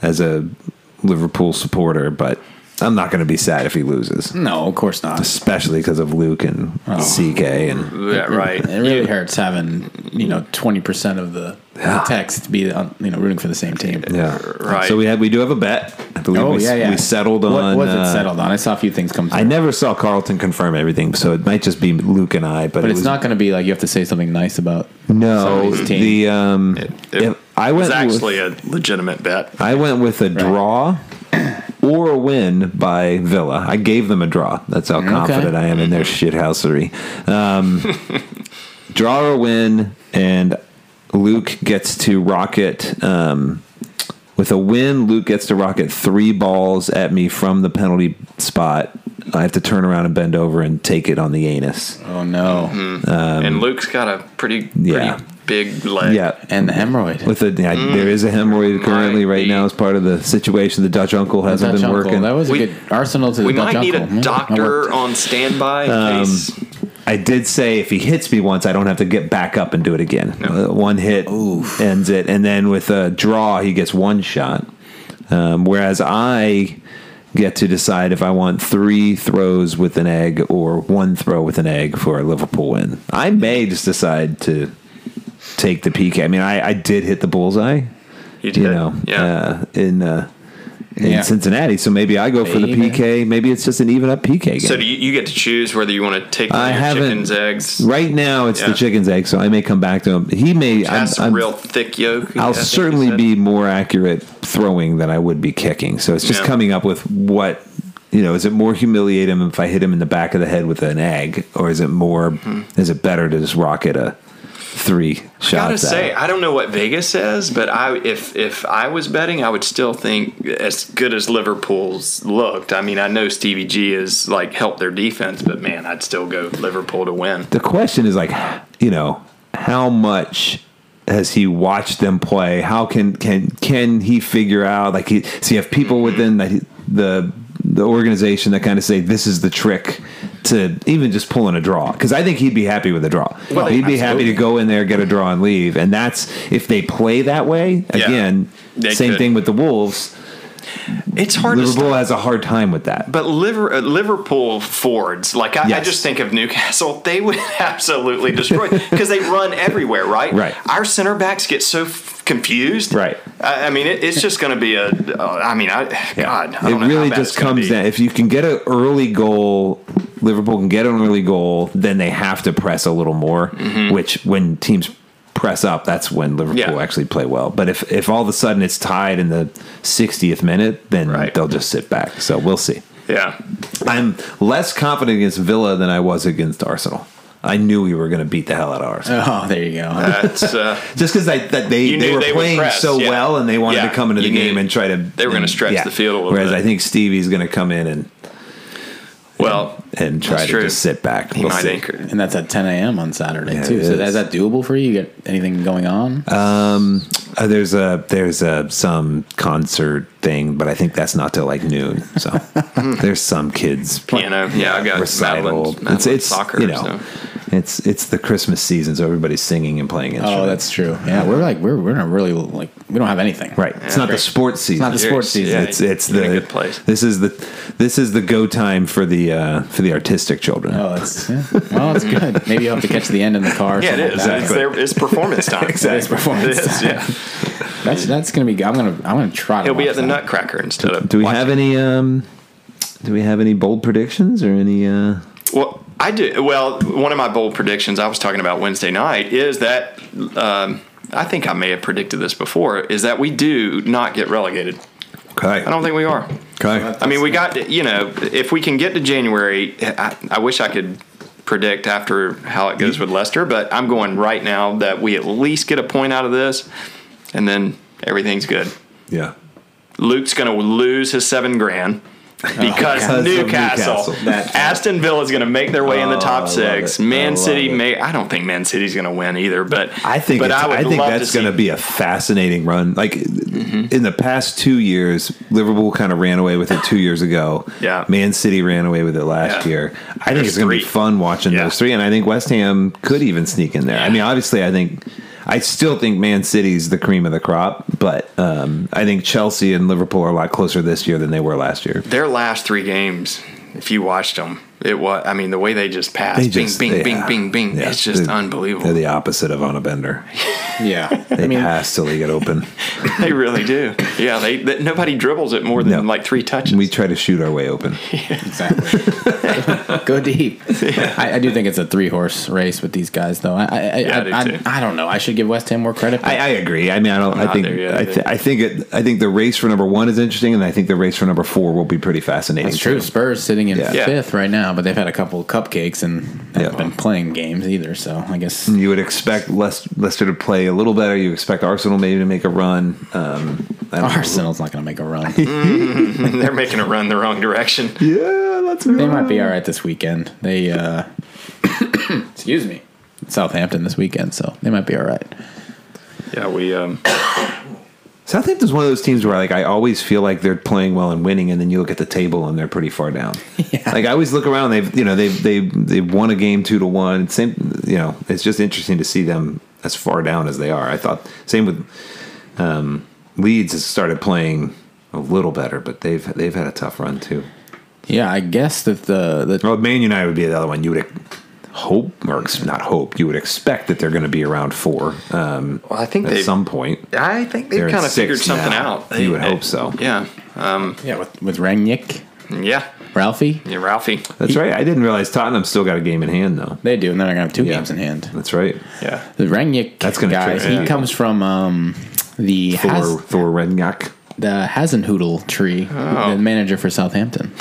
[SPEAKER 3] as a Liverpool supporter, but I'm not going to be sad if he loses,
[SPEAKER 1] no, of course not.
[SPEAKER 3] especially because of Luke and
[SPEAKER 1] Oh.
[SPEAKER 3] CK and
[SPEAKER 2] yeah, right.
[SPEAKER 1] It really hurts having you know twenty percent of the
[SPEAKER 3] Yeah.
[SPEAKER 1] text to be on, you know rooting for the same team.
[SPEAKER 3] Yeah.
[SPEAKER 2] Right.
[SPEAKER 3] So we had we do have a bet. I believe
[SPEAKER 1] Oh
[SPEAKER 3] we,
[SPEAKER 1] yeah, yeah.
[SPEAKER 3] we settled
[SPEAKER 1] What
[SPEAKER 3] on
[SPEAKER 1] was it
[SPEAKER 3] uh,
[SPEAKER 1] settled on? I saw a few things come through,
[SPEAKER 3] I never saw Carlton confirm everything, so it might just be Luke and I, but,
[SPEAKER 1] but
[SPEAKER 3] it
[SPEAKER 1] it's
[SPEAKER 3] was,
[SPEAKER 1] not going to be like you have to say something nice about.
[SPEAKER 3] no
[SPEAKER 1] somebody's team.
[SPEAKER 3] the um
[SPEAKER 2] It
[SPEAKER 3] if- I
[SPEAKER 2] was
[SPEAKER 3] went with,
[SPEAKER 2] actually a legitimate bet.
[SPEAKER 3] I went with a draw or a win by Villa. I gave them a draw. That's how confident I am in their shithousery. Um, draw or win, and Luke gets to rocket. Um, with a win, Luke gets to rocket three balls at me from the penalty spot. I have to turn around and bend over and take it on the anus.
[SPEAKER 1] Oh no!
[SPEAKER 2] and Luke's got a pretty pretty
[SPEAKER 3] Um, yeah.
[SPEAKER 2] big leg.
[SPEAKER 3] Yeah.
[SPEAKER 1] And the hemorrhoid.
[SPEAKER 3] With a, yeah,
[SPEAKER 1] Mm.
[SPEAKER 3] there is a hemorrhoid currently right
[SPEAKER 2] be.
[SPEAKER 3] now as part of the situation. The Dutch uncle
[SPEAKER 1] The
[SPEAKER 3] hasn't
[SPEAKER 1] Dutch
[SPEAKER 3] been
[SPEAKER 1] uncle.
[SPEAKER 3] working.
[SPEAKER 1] That was
[SPEAKER 2] We-
[SPEAKER 1] a good Arsenal to the
[SPEAKER 2] We
[SPEAKER 1] Dutch
[SPEAKER 2] might need
[SPEAKER 1] uncle.
[SPEAKER 2] a
[SPEAKER 1] Yeah, that worked.
[SPEAKER 2] doctor on standby in
[SPEAKER 3] Um,
[SPEAKER 2] case
[SPEAKER 3] I did say if he hits me once, I don't have to get back up and do it again. Uh, one hit ends it, and then with a draw, he gets one shot. Um, whereas I get to decide if I want three throws with an egg or one throw with an egg for a Liverpool win. I may just decide to take the PK. I mean, I, I did hit the bullseye,
[SPEAKER 2] you did.
[SPEAKER 3] you know,
[SPEAKER 2] yeah.
[SPEAKER 3] uh, in uh, in
[SPEAKER 1] Yeah.
[SPEAKER 3] Cincinnati. So maybe I go for the
[SPEAKER 1] Maybe.
[SPEAKER 3] PK. Maybe it's just an even up PK game.
[SPEAKER 2] so do you, you get to choose whether you want to take
[SPEAKER 3] I
[SPEAKER 2] your
[SPEAKER 3] haven't-
[SPEAKER 2] chicken's eggs.
[SPEAKER 3] Right now, it's the
[SPEAKER 2] Yeah.
[SPEAKER 3] chicken's egg, so I may come back to him. He may. I'm,
[SPEAKER 2] That's
[SPEAKER 3] I'm,
[SPEAKER 2] real thick yolk. I
[SPEAKER 3] I'll
[SPEAKER 2] think you
[SPEAKER 3] certainly
[SPEAKER 2] said.
[SPEAKER 3] be more accurate throwing than I would be kicking. So it's just
[SPEAKER 2] Yeah.
[SPEAKER 3] coming up with what you know. Is it more humiliate him if I hit him in the back of the head with an egg, or is it more? Is it better to just rocket a three shot?
[SPEAKER 2] Mm-hmm. Gotta say, I don't know what Vegas says, but I if if I was betting, I would still think as good as Liverpool's looked. I mean, I know Stevie G has like helped their defense, but man, I'd still go Liverpool to win.
[SPEAKER 3] the question is like you know how much has he watched them play how can can can he figure out like he so you have
[SPEAKER 2] Mm-hmm.
[SPEAKER 3] people within the the the organization that kind of say this is the trick to even just pulling a draw because I think he'd be happy with a draw.
[SPEAKER 2] Well,
[SPEAKER 3] he'd be happy to
[SPEAKER 2] absolutely.
[SPEAKER 3] go in there, get a draw, and leave. And that's if they play that way
[SPEAKER 2] Yeah.
[SPEAKER 3] again.
[SPEAKER 2] They
[SPEAKER 3] same
[SPEAKER 2] could.
[SPEAKER 3] thing with the Wolves.
[SPEAKER 2] It's hard to
[SPEAKER 3] Liverpool has a hard time with that.
[SPEAKER 2] But Liver, uh, Liverpool Fords, like I, I
[SPEAKER 3] Yes.
[SPEAKER 2] just think of Newcastle, they would absolutely destroy because they run everywhere, right?
[SPEAKER 3] Right.
[SPEAKER 2] Our center backs get so f- confused,
[SPEAKER 3] Right.
[SPEAKER 2] I, I mean, it, it's just going to be a. Uh, I mean, I, God, I
[SPEAKER 3] it
[SPEAKER 2] don't know
[SPEAKER 3] really
[SPEAKER 2] how bad
[SPEAKER 3] just
[SPEAKER 2] it's gonna
[SPEAKER 3] comes
[SPEAKER 2] be.
[SPEAKER 3] down. If you can get an early goal, Liverpool can get an early goal, then they have to press a little more. Which, when teams press up, that's when Liverpool
[SPEAKER 2] Mm-hmm. Yeah.
[SPEAKER 3] actually play well. But if if all of a sudden it's tied in the 60th minute, then
[SPEAKER 2] Right.
[SPEAKER 3] they'll just sit back. So we'll see.
[SPEAKER 2] Yeah,
[SPEAKER 3] I'm less confident against Villa than I was against Arsenal. I knew we were going to beat the hell out of Arsenal.
[SPEAKER 1] Oh, there you go.
[SPEAKER 2] that's. Uh,
[SPEAKER 3] Just because that they,
[SPEAKER 2] You
[SPEAKER 3] they
[SPEAKER 2] knew
[SPEAKER 3] were
[SPEAKER 2] they would
[SPEAKER 3] playing
[SPEAKER 2] press,
[SPEAKER 3] so
[SPEAKER 2] yeah.
[SPEAKER 3] well and they wanted
[SPEAKER 2] Yeah,
[SPEAKER 3] to come into the
[SPEAKER 2] you knew
[SPEAKER 3] game and try to
[SPEAKER 2] they were gonna
[SPEAKER 3] and-
[SPEAKER 2] stretch the field a little
[SPEAKER 3] Whereas
[SPEAKER 2] bit.
[SPEAKER 3] I think Stevie's going to come in and
[SPEAKER 2] well,
[SPEAKER 3] and try
[SPEAKER 2] that's
[SPEAKER 3] to
[SPEAKER 2] true.
[SPEAKER 3] just sit back.
[SPEAKER 2] He
[SPEAKER 3] We'll
[SPEAKER 2] might
[SPEAKER 3] see.
[SPEAKER 2] anchor.
[SPEAKER 1] and that's at 10 a.m. on Saturday
[SPEAKER 3] Yeah,
[SPEAKER 1] too.
[SPEAKER 3] it
[SPEAKER 1] So
[SPEAKER 3] is.
[SPEAKER 1] is that doable for you? You get anything going on?
[SPEAKER 3] Um, uh, there's a there's a some concert thing, but I think that's not till like noon. So there's some kids
[SPEAKER 2] Piano. Yeah, I got
[SPEAKER 3] recital.
[SPEAKER 2] Madeline's- Madeline's
[SPEAKER 3] it's it's
[SPEAKER 2] soccer,
[SPEAKER 3] you know.
[SPEAKER 2] so.
[SPEAKER 3] It's it's the Christmas season, so everybody's singing and playing instruments.
[SPEAKER 1] oh, that's true. Yeah, we're like we're we're not really like we don't have anything.
[SPEAKER 3] right. it's not the sports season.
[SPEAKER 1] not the sports
[SPEAKER 2] You're-
[SPEAKER 1] season.
[SPEAKER 2] yeah,
[SPEAKER 3] it's it's
[SPEAKER 2] you're
[SPEAKER 3] the
[SPEAKER 2] in a good place.
[SPEAKER 3] This is the this is the go time for the uh, for the artistic children.
[SPEAKER 1] Oh, it's yeah. well, it's good. Maybe you will have to catch the end in the car. or
[SPEAKER 2] Yeah,
[SPEAKER 1] something
[SPEAKER 2] it is.
[SPEAKER 1] Like that.
[SPEAKER 2] It's, their, it's performance time.
[SPEAKER 1] It is performance.
[SPEAKER 2] It is,
[SPEAKER 1] time.
[SPEAKER 2] yeah.
[SPEAKER 1] That's that's gonna be. good. I'm gonna I'm gonna try. To
[SPEAKER 2] He'll be
[SPEAKER 1] watch
[SPEAKER 2] at the
[SPEAKER 1] that.
[SPEAKER 2] Nutcracker instead of.
[SPEAKER 3] Do we
[SPEAKER 2] watching.
[SPEAKER 3] have any um do we have any bold predictions or any uh
[SPEAKER 2] Well, I do. Well, one of my bold predictions I was talking about Wednesday night is that um, I think I may have predicted this before is that we do not get relegated.
[SPEAKER 3] Okay.
[SPEAKER 2] I don't think we are.
[SPEAKER 3] okay.
[SPEAKER 2] I mean, we got to, you know, if we can get to January, I, I wish I could predict after how it goes with Leicester, but I'm going right now that we at least get a point out of this, and then everything's good.
[SPEAKER 3] Yeah.
[SPEAKER 2] Luke's going to lose his seven grand because
[SPEAKER 3] Oh, Because of
[SPEAKER 2] Newcastle,
[SPEAKER 3] Newcastle. That-
[SPEAKER 2] Aston Villa is going to make their way in the top
[SPEAKER 3] love
[SPEAKER 2] six.
[SPEAKER 3] it. I
[SPEAKER 2] Man
[SPEAKER 3] love
[SPEAKER 2] City
[SPEAKER 3] it.
[SPEAKER 2] may. I don't think Man City's going to win either, but
[SPEAKER 3] I think
[SPEAKER 2] But
[SPEAKER 3] it's- I, think that's going
[SPEAKER 2] to see-
[SPEAKER 3] to
[SPEAKER 2] Mm-hmm.
[SPEAKER 3] be a fascinating run. Like in the past two years, Liverpool kind of ran away with it two years ago.
[SPEAKER 2] Yeah.
[SPEAKER 3] Man City ran away with it last
[SPEAKER 2] Yeah.
[SPEAKER 3] year. I think
[SPEAKER 2] There's
[SPEAKER 3] it's going to be
[SPEAKER 2] three.
[SPEAKER 3] fun watching
[SPEAKER 2] Yeah.
[SPEAKER 3] those three, and I think West Ham could even sneak in there. I mean, obviously, I think I still think Man City's the cream of the crop, but um, I think Chelsea and Liverpool are a lot closer this year than they were last year.
[SPEAKER 2] their last three games. If you watched them, it was. I mean, the way they just passed,
[SPEAKER 3] They just-
[SPEAKER 2] bing, bing,
[SPEAKER 3] yeah.
[SPEAKER 2] bing, bing, bing.
[SPEAKER 3] Yeah.
[SPEAKER 2] It's just
[SPEAKER 3] They're- They're
[SPEAKER 2] unbelievable.
[SPEAKER 3] the opposite of on a bender.
[SPEAKER 1] Yeah.
[SPEAKER 3] They pass till they get open.
[SPEAKER 2] they really do. Yeah, they, that nobody dribbles it more than
[SPEAKER 3] No.
[SPEAKER 2] like three touches.
[SPEAKER 3] We try to shoot our way open.
[SPEAKER 1] Exactly. Go deep. I, I do think it's a three horse race with these guys, though. I I,
[SPEAKER 2] Yeah, I do,
[SPEAKER 1] I,
[SPEAKER 2] too.
[SPEAKER 1] I, I don't know. I should give West Ham more credit. but
[SPEAKER 3] I, I agree. I mean, I don't. I
[SPEAKER 2] not
[SPEAKER 3] think.
[SPEAKER 2] there yet,
[SPEAKER 3] I, th-
[SPEAKER 2] either.
[SPEAKER 3] I think. It, I think the race for number one is interesting, and I think the race for number four will be pretty fascinating.
[SPEAKER 1] it's true. Spurs sitting in
[SPEAKER 3] Yeah.
[SPEAKER 2] Yeah.
[SPEAKER 1] fifth right now, but they've had a couple of cupcakes and haven't
[SPEAKER 3] Yeah. Mm.
[SPEAKER 1] been playing games either. So I guess
[SPEAKER 3] You would expect Leic- Leicester to play a little better. You expect Arsenal maybe to make a run. Um, I don't know.
[SPEAKER 1] Arsenal's not going to make a run.
[SPEAKER 2] They're making a run the wrong direction.
[SPEAKER 3] Yeah, let's go.
[SPEAKER 1] They might be all right this weekend. They, uh, excuse me, Southampton this weekend, so they might be all right.
[SPEAKER 2] Yeah, we. Um,
[SPEAKER 3] Southampton's one of those teams where like I always feel like they're playing well and winning, and then you look at the table and they're pretty far down. Like I always look around, they've you know they've they they've won a game two to one. It's Same, you know, it's just interesting to see them as far down as they are. I thought same with um, Leeds has started playing a little better, but they've they've had a tough run too.
[SPEAKER 1] Yeah, I guess that the the
[SPEAKER 3] Well, Man United would be the other one. You would hope or ex- not hope. You would expect that they're going to be around four um,
[SPEAKER 2] well, I think
[SPEAKER 3] at
[SPEAKER 2] they.
[SPEAKER 3] some point.
[SPEAKER 2] I think they've
[SPEAKER 3] They're in
[SPEAKER 2] kind of
[SPEAKER 3] sixth
[SPEAKER 2] figured something
[SPEAKER 3] now.
[SPEAKER 2] out.
[SPEAKER 3] You would hope so.
[SPEAKER 2] Yeah. Um,
[SPEAKER 1] yeah with with Rangnick,
[SPEAKER 2] yeah.
[SPEAKER 1] Ralphie,
[SPEAKER 2] Yeah, Ralphie.
[SPEAKER 3] That's right. I didn't realize Tottenham still got a game in hand though.
[SPEAKER 1] they do, and then I gonna have two
[SPEAKER 3] Yeah.
[SPEAKER 1] games in hand.
[SPEAKER 3] That's right.
[SPEAKER 2] Yeah.
[SPEAKER 1] The Rangnick
[SPEAKER 3] That's gonna
[SPEAKER 1] guy.
[SPEAKER 3] trick
[SPEAKER 1] He
[SPEAKER 3] people.
[SPEAKER 1] comes from um, the
[SPEAKER 3] Thor
[SPEAKER 1] Has,
[SPEAKER 3] Thor Redngak.
[SPEAKER 1] the Hasenhudel tree,
[SPEAKER 3] Oh.
[SPEAKER 1] the manager for Southampton.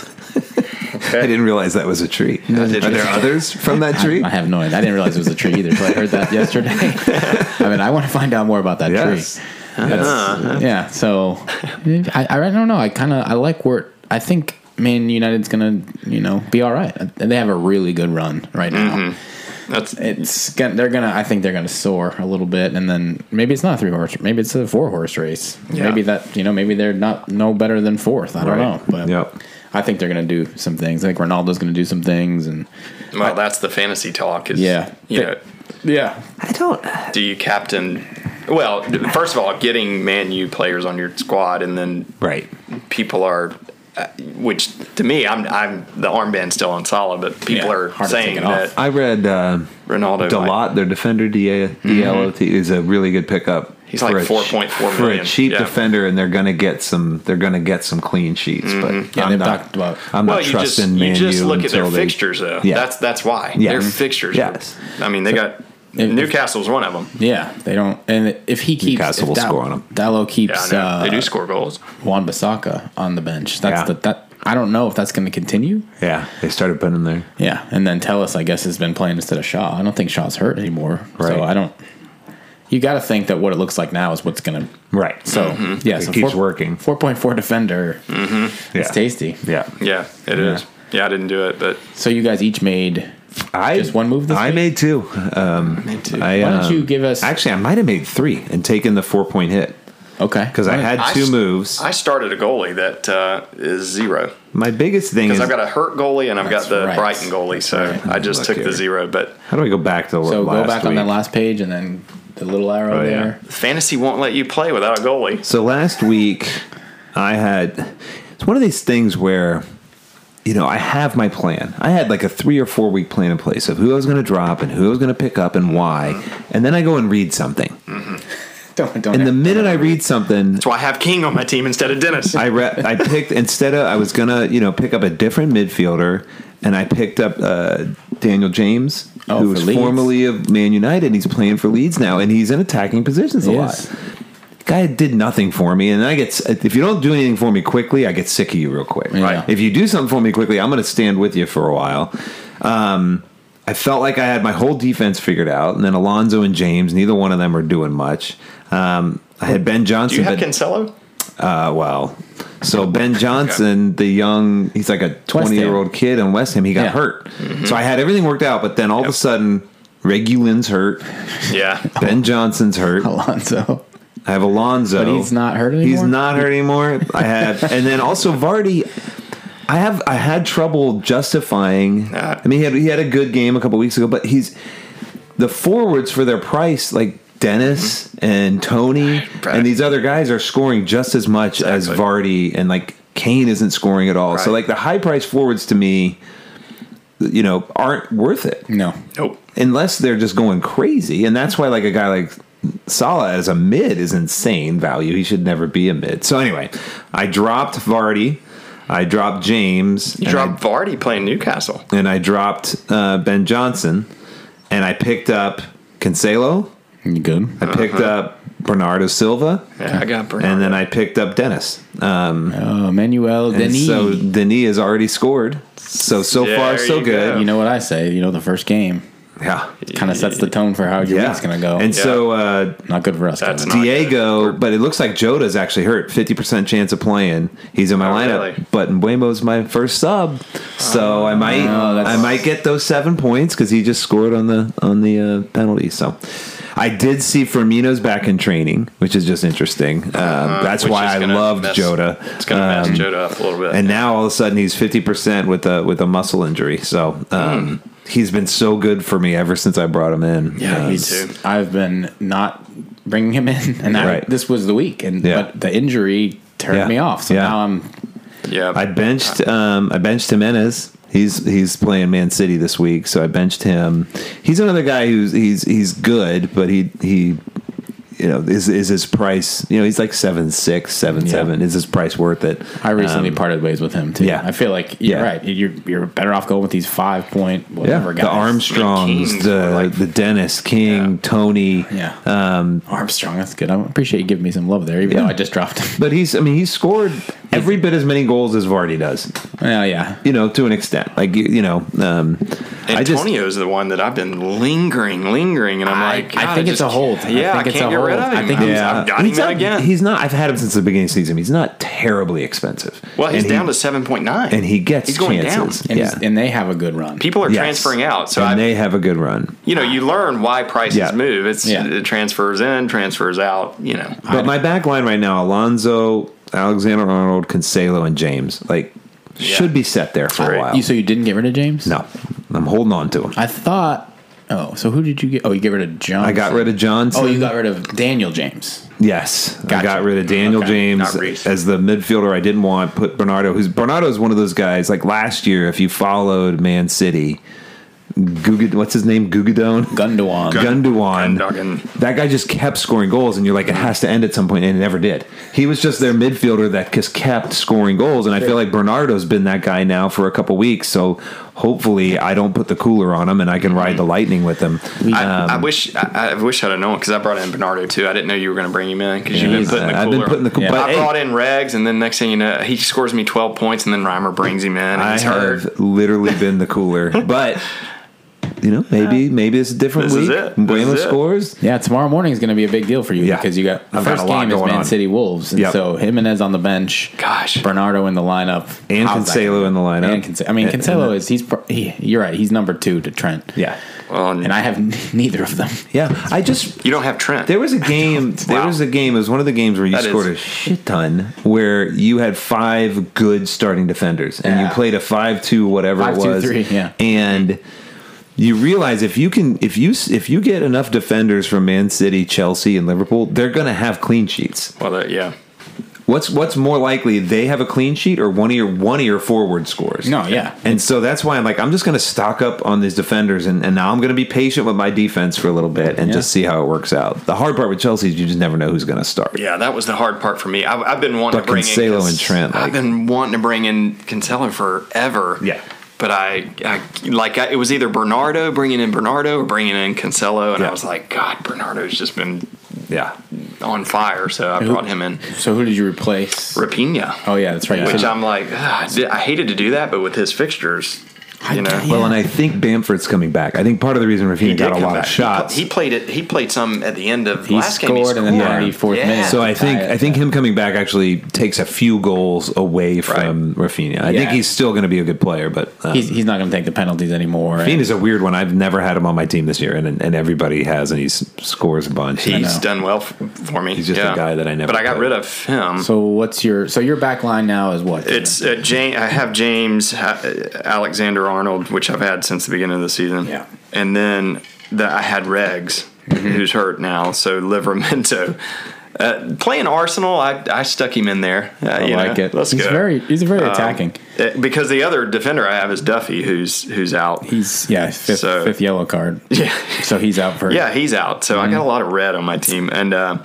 [SPEAKER 3] I didn't realize that was a tree. Are
[SPEAKER 2] did
[SPEAKER 3] there
[SPEAKER 2] you?
[SPEAKER 3] others from that tree?
[SPEAKER 1] I, I have no idea. I didn't realize it was a tree either. So I heard that yesterday. I mean, I want to find out more about that
[SPEAKER 3] Yes.
[SPEAKER 1] tree. yeah. So I, I don't know. I kind of I like where I think Man United's gonna you know be all right. They have a really good run right now.
[SPEAKER 3] Mm-hmm.
[SPEAKER 2] That's
[SPEAKER 1] It's gonna, they're gonna I think they're gonna soar a little bit, and then maybe it's not a three horse, maybe it's a four horse race.
[SPEAKER 2] Yeah.
[SPEAKER 1] Maybe that you know maybe they're not no better than fourth. I don't
[SPEAKER 3] Right.
[SPEAKER 1] know, but
[SPEAKER 3] Yep.
[SPEAKER 1] I think they're gonna do some things. I think Ronaldo's gonna do some things, and
[SPEAKER 2] well. That's the fantasy talk. Is
[SPEAKER 1] Yeah.
[SPEAKER 2] You know,
[SPEAKER 1] yeah,
[SPEAKER 3] I don't.
[SPEAKER 1] uh,
[SPEAKER 2] do you captain? Well, first of all, getting Man U players on your squad, and then
[SPEAKER 3] Right.
[SPEAKER 2] people are, uh, which to me, I'm I'm the armband's still on solid, but people
[SPEAKER 1] Yeah,
[SPEAKER 2] are
[SPEAKER 1] hard to
[SPEAKER 2] saying
[SPEAKER 1] take it off.
[SPEAKER 2] that
[SPEAKER 3] I read uh,
[SPEAKER 2] Ronaldo might-
[SPEAKER 3] Dalot, their defender, D A D L O T is a really good pickup.
[SPEAKER 2] He's like
[SPEAKER 3] for a
[SPEAKER 2] 4.4
[SPEAKER 3] for a
[SPEAKER 2] million.
[SPEAKER 3] cheap
[SPEAKER 2] Yeah.
[SPEAKER 3] defender, and they're gonna get some. They're gonna get some clean sheets, but
[SPEAKER 1] yeah.
[SPEAKER 3] I'm
[SPEAKER 1] they've
[SPEAKER 3] not.
[SPEAKER 1] talked about
[SPEAKER 3] I'm
[SPEAKER 2] Mm-hmm. Well,
[SPEAKER 3] not
[SPEAKER 2] you just
[SPEAKER 3] trusting Man
[SPEAKER 2] you just
[SPEAKER 3] U
[SPEAKER 2] look at their
[SPEAKER 3] until they-
[SPEAKER 2] fixtures though.
[SPEAKER 3] Yeah.
[SPEAKER 2] That's that's why
[SPEAKER 3] Yes.
[SPEAKER 2] their fixtures. are-
[SPEAKER 3] Yes.
[SPEAKER 2] I mean, they got
[SPEAKER 1] If-
[SPEAKER 2] Newcastle's one of them.
[SPEAKER 1] yeah they don't. And if he keeps
[SPEAKER 3] Newcastle
[SPEAKER 1] if
[SPEAKER 3] will
[SPEAKER 1] Dal-
[SPEAKER 3] score on 'em.
[SPEAKER 1] Dallo
[SPEAKER 2] Yeah,
[SPEAKER 1] keeps
[SPEAKER 2] I know. they do
[SPEAKER 1] uh,
[SPEAKER 2] score goals.
[SPEAKER 1] Juan Basaka on the bench. That's
[SPEAKER 3] Yeah.
[SPEAKER 1] the that. I don't know if that's going to continue.
[SPEAKER 3] Yeah, they started putting him there.
[SPEAKER 1] Yeah, and then Tellus, I guess, has been playing instead of Shaw. I don't think Shaw's hurt anymore,
[SPEAKER 3] Right.
[SPEAKER 1] so I don't. You got to think that what it looks like now is what's going to.
[SPEAKER 3] Right.
[SPEAKER 1] So
[SPEAKER 2] Mm-hmm.
[SPEAKER 1] yeah,
[SPEAKER 3] It
[SPEAKER 1] so
[SPEAKER 3] keeps working.
[SPEAKER 1] Four point four defender.
[SPEAKER 2] Mm.
[SPEAKER 3] yeah.
[SPEAKER 1] It's tasty.
[SPEAKER 3] Yeah.
[SPEAKER 2] Yeah, it is.
[SPEAKER 3] Yeah.
[SPEAKER 2] yeah. I didn't do it, but
[SPEAKER 1] So you guys each made.
[SPEAKER 3] I
[SPEAKER 1] Just one move this
[SPEAKER 3] I
[SPEAKER 1] week?
[SPEAKER 3] made two. Um, I,
[SPEAKER 1] Why don't you
[SPEAKER 3] um,
[SPEAKER 1] give us?
[SPEAKER 3] Actually, I might have made three and taken the four point hit
[SPEAKER 1] okay,
[SPEAKER 3] because I had
[SPEAKER 2] I
[SPEAKER 3] two
[SPEAKER 2] s-
[SPEAKER 3] moves.
[SPEAKER 2] I started a goalie that uh, is zero
[SPEAKER 3] My biggest thing is
[SPEAKER 2] because I've got a hurt goalie and I've
[SPEAKER 1] That's
[SPEAKER 2] got the
[SPEAKER 1] right.
[SPEAKER 2] Brighton goalie, so
[SPEAKER 1] Right.
[SPEAKER 2] I just
[SPEAKER 3] Look
[SPEAKER 2] took
[SPEAKER 3] here.
[SPEAKER 2] the zero. But
[SPEAKER 3] how do I go back to the
[SPEAKER 1] So
[SPEAKER 3] last
[SPEAKER 1] go back
[SPEAKER 3] week?
[SPEAKER 1] on that last page and then the little arrow
[SPEAKER 3] Oh, yeah.
[SPEAKER 1] there.
[SPEAKER 2] fantasy won't let you play without a goalie.
[SPEAKER 3] So last week, I had it's one of these things where you know I have my plan. I had like a three or four week plan in place of who I was going to drop and who I was going to pick up and why, and then I go and read something.
[SPEAKER 1] Don't don't.
[SPEAKER 3] And the minute I read something,
[SPEAKER 2] That's why I have King on my team instead of Dennis.
[SPEAKER 3] I re- I picked instead of I was gonna you know pick up a different midfielder, and I picked up uh, Daniel James,
[SPEAKER 1] Oh,
[SPEAKER 3] who
[SPEAKER 1] for
[SPEAKER 3] was
[SPEAKER 1] Leeds.
[SPEAKER 3] formerly of Man United, and he's playing for Leeds now, and he's in attacking positions a
[SPEAKER 1] He
[SPEAKER 3] lot.
[SPEAKER 1] is.
[SPEAKER 3] Guy did nothing for me, and I get s- if you don't do anything for me quickly, I get sick of you real quick.
[SPEAKER 1] Yeah. Right.
[SPEAKER 3] If you do something for me quickly, I'm going to stand with you for a while. Um, I felt like I had my whole defense figured out, and then Alonzo and James, neither one of them are doing much. Um, I had Ben
[SPEAKER 2] Do
[SPEAKER 3] Johnson.
[SPEAKER 2] you have
[SPEAKER 3] but-
[SPEAKER 2] Cancelo?
[SPEAKER 3] uh, well, so Ben Johnson, the young, he's like a 20 year old kid in West Ham. He got
[SPEAKER 1] Yeah.
[SPEAKER 3] hurt. So I had everything worked out, but then all of a sudden, Regulin's hurt.
[SPEAKER 2] Yeah.
[SPEAKER 3] Ben Johnson's hurt.
[SPEAKER 1] Alonso.
[SPEAKER 3] I have Alonzo.
[SPEAKER 1] But he's not hurt anymore?
[SPEAKER 3] He's not hurt anymore. I have, and then also Vardy. I have I had trouble justifying.
[SPEAKER 2] Ah.
[SPEAKER 3] I mean, he had he had a good game a couple weeks ago, but he's the forwards for their price, like Dennis and Tony,
[SPEAKER 2] Mm-hmm. Right.
[SPEAKER 3] and these other guys are scoring just as much as Vardy, and like Kane isn't scoring at all. So
[SPEAKER 2] Right.
[SPEAKER 3] like the high price forwards to me, you know, aren't worth it
[SPEAKER 1] No.
[SPEAKER 2] Nope.
[SPEAKER 3] unless they're just going crazy, and that's why like a guy like Salah as a mid is insane value. He should never be a mid. So anyway, I dropped Vardy, I dropped James,
[SPEAKER 2] You
[SPEAKER 3] and,
[SPEAKER 2] dropped Vardy playing Newcastle.
[SPEAKER 3] I, and I dropped uh, Ben Johnson, and I picked up Cancelo,
[SPEAKER 1] You good?
[SPEAKER 3] I
[SPEAKER 2] Uh-huh.
[SPEAKER 3] picked up Bernardo Silva,
[SPEAKER 2] Yeah, I got Bernardo.
[SPEAKER 3] and then I picked up Dennis.
[SPEAKER 1] Oh, Manuel
[SPEAKER 3] And
[SPEAKER 1] Denis.
[SPEAKER 3] so Denis has already scored. So so
[SPEAKER 2] There
[SPEAKER 3] far so
[SPEAKER 2] you
[SPEAKER 3] good.
[SPEAKER 2] go.
[SPEAKER 1] you know what I say? You know the first game
[SPEAKER 3] Yeah.
[SPEAKER 1] kind of sets the tone for how your
[SPEAKER 3] Yeah.
[SPEAKER 1] week's gonna go.
[SPEAKER 3] And
[SPEAKER 2] Yeah.
[SPEAKER 3] so uh
[SPEAKER 1] not good for us.
[SPEAKER 2] That's
[SPEAKER 1] guys.
[SPEAKER 2] not
[SPEAKER 3] Diego, but it looks like Jota's actually hurt. Fifty percent chance of playing. He's in my
[SPEAKER 2] Oh,
[SPEAKER 3] lineup,
[SPEAKER 2] really?
[SPEAKER 3] but Mbuemo's my first sub, so I might
[SPEAKER 1] Oh, that's-
[SPEAKER 3] I might get those seven points because he just scored on the on the uh, penalty. So I did see Firmino's back in training, which is just interesting. Um,
[SPEAKER 2] Uh-huh,
[SPEAKER 3] that's
[SPEAKER 2] which
[SPEAKER 3] why
[SPEAKER 2] is
[SPEAKER 3] I
[SPEAKER 2] gonna
[SPEAKER 3] loved
[SPEAKER 2] mess-
[SPEAKER 3] Jota.
[SPEAKER 2] It's going to mess
[SPEAKER 3] Um,
[SPEAKER 2] Jota up a little bit.
[SPEAKER 3] and now all of a sudden he's 50% with a with a muscle injury. So
[SPEAKER 2] Hmm.
[SPEAKER 3] um, he's been so good for me ever since I brought him in.
[SPEAKER 2] Yeah,
[SPEAKER 3] Um,
[SPEAKER 2] me too.
[SPEAKER 1] I've been not bringing him in, and I,
[SPEAKER 3] Right.
[SPEAKER 1] this was the week, and
[SPEAKER 3] Yeah.
[SPEAKER 1] but the injury turned
[SPEAKER 3] Yeah.
[SPEAKER 1] me off. So
[SPEAKER 3] Yeah.
[SPEAKER 1] now I'm
[SPEAKER 2] yeah.
[SPEAKER 3] I benched um, I benched Jimenez. He's he's playing Man City this week, so I benched him. He's another guy who's he's he's good, but he he you know is is his price you know he's like seven six seven
[SPEAKER 1] Yeah.
[SPEAKER 3] seven is his price worth it?
[SPEAKER 1] I recently parted ways with him too.
[SPEAKER 3] Um, yeah.
[SPEAKER 1] I feel like you're
[SPEAKER 3] Yeah.
[SPEAKER 1] right. You're you're better off going with these five point
[SPEAKER 3] Uh, Yeah,
[SPEAKER 1] whatever guys.
[SPEAKER 3] the Armstrongs,
[SPEAKER 2] Kings
[SPEAKER 3] the
[SPEAKER 2] were like-
[SPEAKER 3] the Dennis King,
[SPEAKER 2] Yeah.
[SPEAKER 3] Tony.
[SPEAKER 1] Yeah. Armstrong, that's good. I appreciate you giving me some love there, even
[SPEAKER 3] Um, Yeah.
[SPEAKER 1] though I just dropped him.
[SPEAKER 3] But he's I mean he's scored every bit as many goals as Vardy does,
[SPEAKER 1] oh yeah.
[SPEAKER 3] you know to an extent. Like you, you know, um, I just
[SPEAKER 2] Antonio's the one that I've been lingering, lingering, and I'm
[SPEAKER 1] I-
[SPEAKER 2] like,
[SPEAKER 1] I
[SPEAKER 2] God,
[SPEAKER 1] think it's
[SPEAKER 2] just
[SPEAKER 1] a hold.
[SPEAKER 2] can't-
[SPEAKER 1] I
[SPEAKER 2] Yeah, I,
[SPEAKER 1] think it's
[SPEAKER 2] can't
[SPEAKER 1] a
[SPEAKER 2] get rid
[SPEAKER 1] hold.
[SPEAKER 2] of
[SPEAKER 1] I
[SPEAKER 2] him.
[SPEAKER 1] think
[SPEAKER 2] I'm-
[SPEAKER 1] he's-
[SPEAKER 2] I've got
[SPEAKER 3] he's
[SPEAKER 2] him
[SPEAKER 3] not,
[SPEAKER 2] in again.
[SPEAKER 3] He's not. I've had him since the beginning of the season. He's not terribly expensive.
[SPEAKER 2] well, he's
[SPEAKER 3] And
[SPEAKER 2] down
[SPEAKER 3] he,
[SPEAKER 2] to seven point nine,
[SPEAKER 3] and he gets
[SPEAKER 2] he's going
[SPEAKER 3] chances.
[SPEAKER 2] down.
[SPEAKER 1] And,
[SPEAKER 3] Yeah.
[SPEAKER 1] he's- and they have a good run.
[SPEAKER 2] People are
[SPEAKER 3] Yes.
[SPEAKER 2] transferring out, so
[SPEAKER 3] and
[SPEAKER 2] I,
[SPEAKER 3] they have a good run.
[SPEAKER 2] you know you learn why prices
[SPEAKER 3] Yeah.
[SPEAKER 2] move. It's
[SPEAKER 1] Yeah.
[SPEAKER 2] it transfers in, transfers out. You know,
[SPEAKER 3] But my back line right now: Alonzo, Alexander Arnold, Cancelo, and James. Like should be set there for a
[SPEAKER 2] Right.
[SPEAKER 3] while.
[SPEAKER 1] You so you didn't get rid of James?
[SPEAKER 3] no, I'm holding on to him.
[SPEAKER 1] I thought oh, so who did you get? Oh, you get rid of Johnson.
[SPEAKER 3] I got rid of Johnson.
[SPEAKER 1] Oh, you got rid of Daniel James.
[SPEAKER 3] Yes, I
[SPEAKER 1] Gotcha.
[SPEAKER 3] got rid of Daniel
[SPEAKER 1] Okay,
[SPEAKER 3] James
[SPEAKER 2] not Reece.
[SPEAKER 3] as the midfielder I didn't want. Put Bernardo, who's Bernardo is one of those guys. Like last year, if you followed Man City, Gugud, what's his name? Gugadon.
[SPEAKER 1] Gundogan.
[SPEAKER 3] Gundogan.
[SPEAKER 2] Gundogan.
[SPEAKER 3] That guy just kept scoring goals, and you're like, it has to end at some point, and it never did. He was just their midfielder that just kept scoring goals, and I feel like Bernardo's been that guy now for a couple weeks. So hopefully, I don't put the cooler on him, and I can ride the lightning with him.
[SPEAKER 2] I, I
[SPEAKER 3] um,
[SPEAKER 2] wish I, I wish I'd have known because I brought in Bernardo too. I didn't know you were going to bring him in because you've been
[SPEAKER 1] he's-
[SPEAKER 2] putting the cooler.
[SPEAKER 3] I've been putting the coo-
[SPEAKER 1] Yeah.
[SPEAKER 3] but,
[SPEAKER 2] I
[SPEAKER 3] hey,
[SPEAKER 2] brought in Regs, and then next thing you know, he scores me twelve points, and then Reimer brings him in. And
[SPEAKER 3] I
[SPEAKER 2] he's hurt.
[SPEAKER 3] have literally been the cooler, but you know, maybe maybe it's a different
[SPEAKER 2] This is
[SPEAKER 3] week.
[SPEAKER 2] it. This
[SPEAKER 3] Bueno
[SPEAKER 2] is it.
[SPEAKER 3] scores.
[SPEAKER 1] Yeah, tomorrow morning is going to be a big deal for you
[SPEAKER 3] Yeah.
[SPEAKER 1] because you got the
[SPEAKER 3] I've got
[SPEAKER 1] first
[SPEAKER 3] a lot
[SPEAKER 1] game is
[SPEAKER 3] going
[SPEAKER 1] Man
[SPEAKER 3] on.
[SPEAKER 1] City Wolves, and
[SPEAKER 3] Yep.
[SPEAKER 1] so Jimenez on the bench,
[SPEAKER 2] Gosh.
[SPEAKER 1] Bernardo in the lineup,
[SPEAKER 3] And
[SPEAKER 1] How's that
[SPEAKER 3] Cancelo
[SPEAKER 1] gonna-
[SPEAKER 3] in the lineup.
[SPEAKER 1] And Canse- I mean,
[SPEAKER 3] And-
[SPEAKER 1] Cancelo is he's pro- he, you're right, he's number two to Trent.
[SPEAKER 3] Yeah,
[SPEAKER 2] Well,
[SPEAKER 1] and I have n- neither of them.
[SPEAKER 3] yeah. I just
[SPEAKER 2] you don't have Trent.
[SPEAKER 3] there was a game. There
[SPEAKER 2] Wow.
[SPEAKER 3] was a game. It was one of the games where you
[SPEAKER 2] That
[SPEAKER 3] scored
[SPEAKER 2] is-
[SPEAKER 3] a shit ton. Where you had five good starting defenders, and
[SPEAKER 1] Yeah.
[SPEAKER 3] you played a five-two whatever it
[SPEAKER 1] 5-2-3,
[SPEAKER 3] was.
[SPEAKER 1] yeah.
[SPEAKER 3] and. You realize if you can if you s- if you get enough defenders from Man City, Chelsea, and Liverpool, they're going to have clean sheets.
[SPEAKER 2] well, that, yeah.
[SPEAKER 3] What's what's more likely they have a clean sheet or one of your one of your forward scores?
[SPEAKER 1] No, yeah.
[SPEAKER 3] And so that's why I'm like, I'm just going to stock up on these defenders, and, and now I'm going to be patient with my defense for a little bit and just see how it works out. The hard part with Chelsea is you just never know who's going to start.
[SPEAKER 2] Yeah, that was the hard part for me. I, I've been wanting
[SPEAKER 3] But
[SPEAKER 2] to bring in
[SPEAKER 3] Cancelo
[SPEAKER 2] Cance-
[SPEAKER 3] and Trent, like-
[SPEAKER 2] I've been wanting to bring in Cancelo forever.
[SPEAKER 3] Yeah.
[SPEAKER 2] but I, I like I, it was either Bernardo bringing in Bernardo or bringing in Cancelo, and
[SPEAKER 3] Yeah.
[SPEAKER 2] I was like, God, Bernardo's just been
[SPEAKER 3] Yeah,
[SPEAKER 2] on fire. So I brought him in
[SPEAKER 1] So who did you replace?
[SPEAKER 2] Rapina.
[SPEAKER 1] oh yeah, that's right.
[SPEAKER 2] Which
[SPEAKER 1] So
[SPEAKER 2] I'm like, "Ugh, I did- I hated to do that, but with his fixtures, You know,
[SPEAKER 1] can't-
[SPEAKER 3] Well, and I think Bamford's coming back. I think part of the reason Rafinha
[SPEAKER 2] did
[SPEAKER 3] got a
[SPEAKER 2] come
[SPEAKER 3] lot
[SPEAKER 2] back.
[SPEAKER 3] of shots.
[SPEAKER 2] He, pl- he played it. He played some at the end of
[SPEAKER 1] He
[SPEAKER 2] last game. He
[SPEAKER 1] scored
[SPEAKER 2] scored
[SPEAKER 1] in the 94th
[SPEAKER 2] Yeah.
[SPEAKER 1] minute.
[SPEAKER 3] so I
[SPEAKER 1] to tie
[SPEAKER 3] think
[SPEAKER 1] it.
[SPEAKER 3] I think him coming back actually takes a few goals away from Rafinha. I think
[SPEAKER 1] Yeah.
[SPEAKER 3] he's still going to be a good player, but um,
[SPEAKER 1] he's, he's not going to take the penalties anymore.
[SPEAKER 3] Dean
[SPEAKER 1] And
[SPEAKER 3] is a weird one. I've never had him on my team this year, and and everybody has, and he s- scores a bunch.
[SPEAKER 2] He's
[SPEAKER 1] know.
[SPEAKER 2] done well f- for me.
[SPEAKER 3] He's just a
[SPEAKER 2] yeah.
[SPEAKER 3] guy that I never
[SPEAKER 2] But I got
[SPEAKER 3] played.
[SPEAKER 2] rid of him.
[SPEAKER 1] so what's your so your back line now is what?
[SPEAKER 2] It's uh, James. I have James uh, Alexander Arnold, which I've had since the beginning of the season.
[SPEAKER 1] Yeah.
[SPEAKER 2] and then the, I had Regs,
[SPEAKER 3] Mm-hmm.
[SPEAKER 2] who's hurt now. So Livermento. Uh, playing Arsenal, I, I stuck him in there. Uh,
[SPEAKER 1] I
[SPEAKER 2] you
[SPEAKER 1] like
[SPEAKER 2] know,
[SPEAKER 1] it.
[SPEAKER 2] Let's
[SPEAKER 1] he's
[SPEAKER 2] go.
[SPEAKER 1] very he's very
[SPEAKER 3] Um,
[SPEAKER 1] attacking.
[SPEAKER 2] Uh, because the other defender I have is Duffy, who's who's out.
[SPEAKER 1] He's yeah fifth,
[SPEAKER 2] so-
[SPEAKER 1] fifth yellow card. Yeah, so he's out for
[SPEAKER 2] Yeah, he's out. So
[SPEAKER 3] Mm-hmm.
[SPEAKER 2] I got a lot of red on my team. And uh,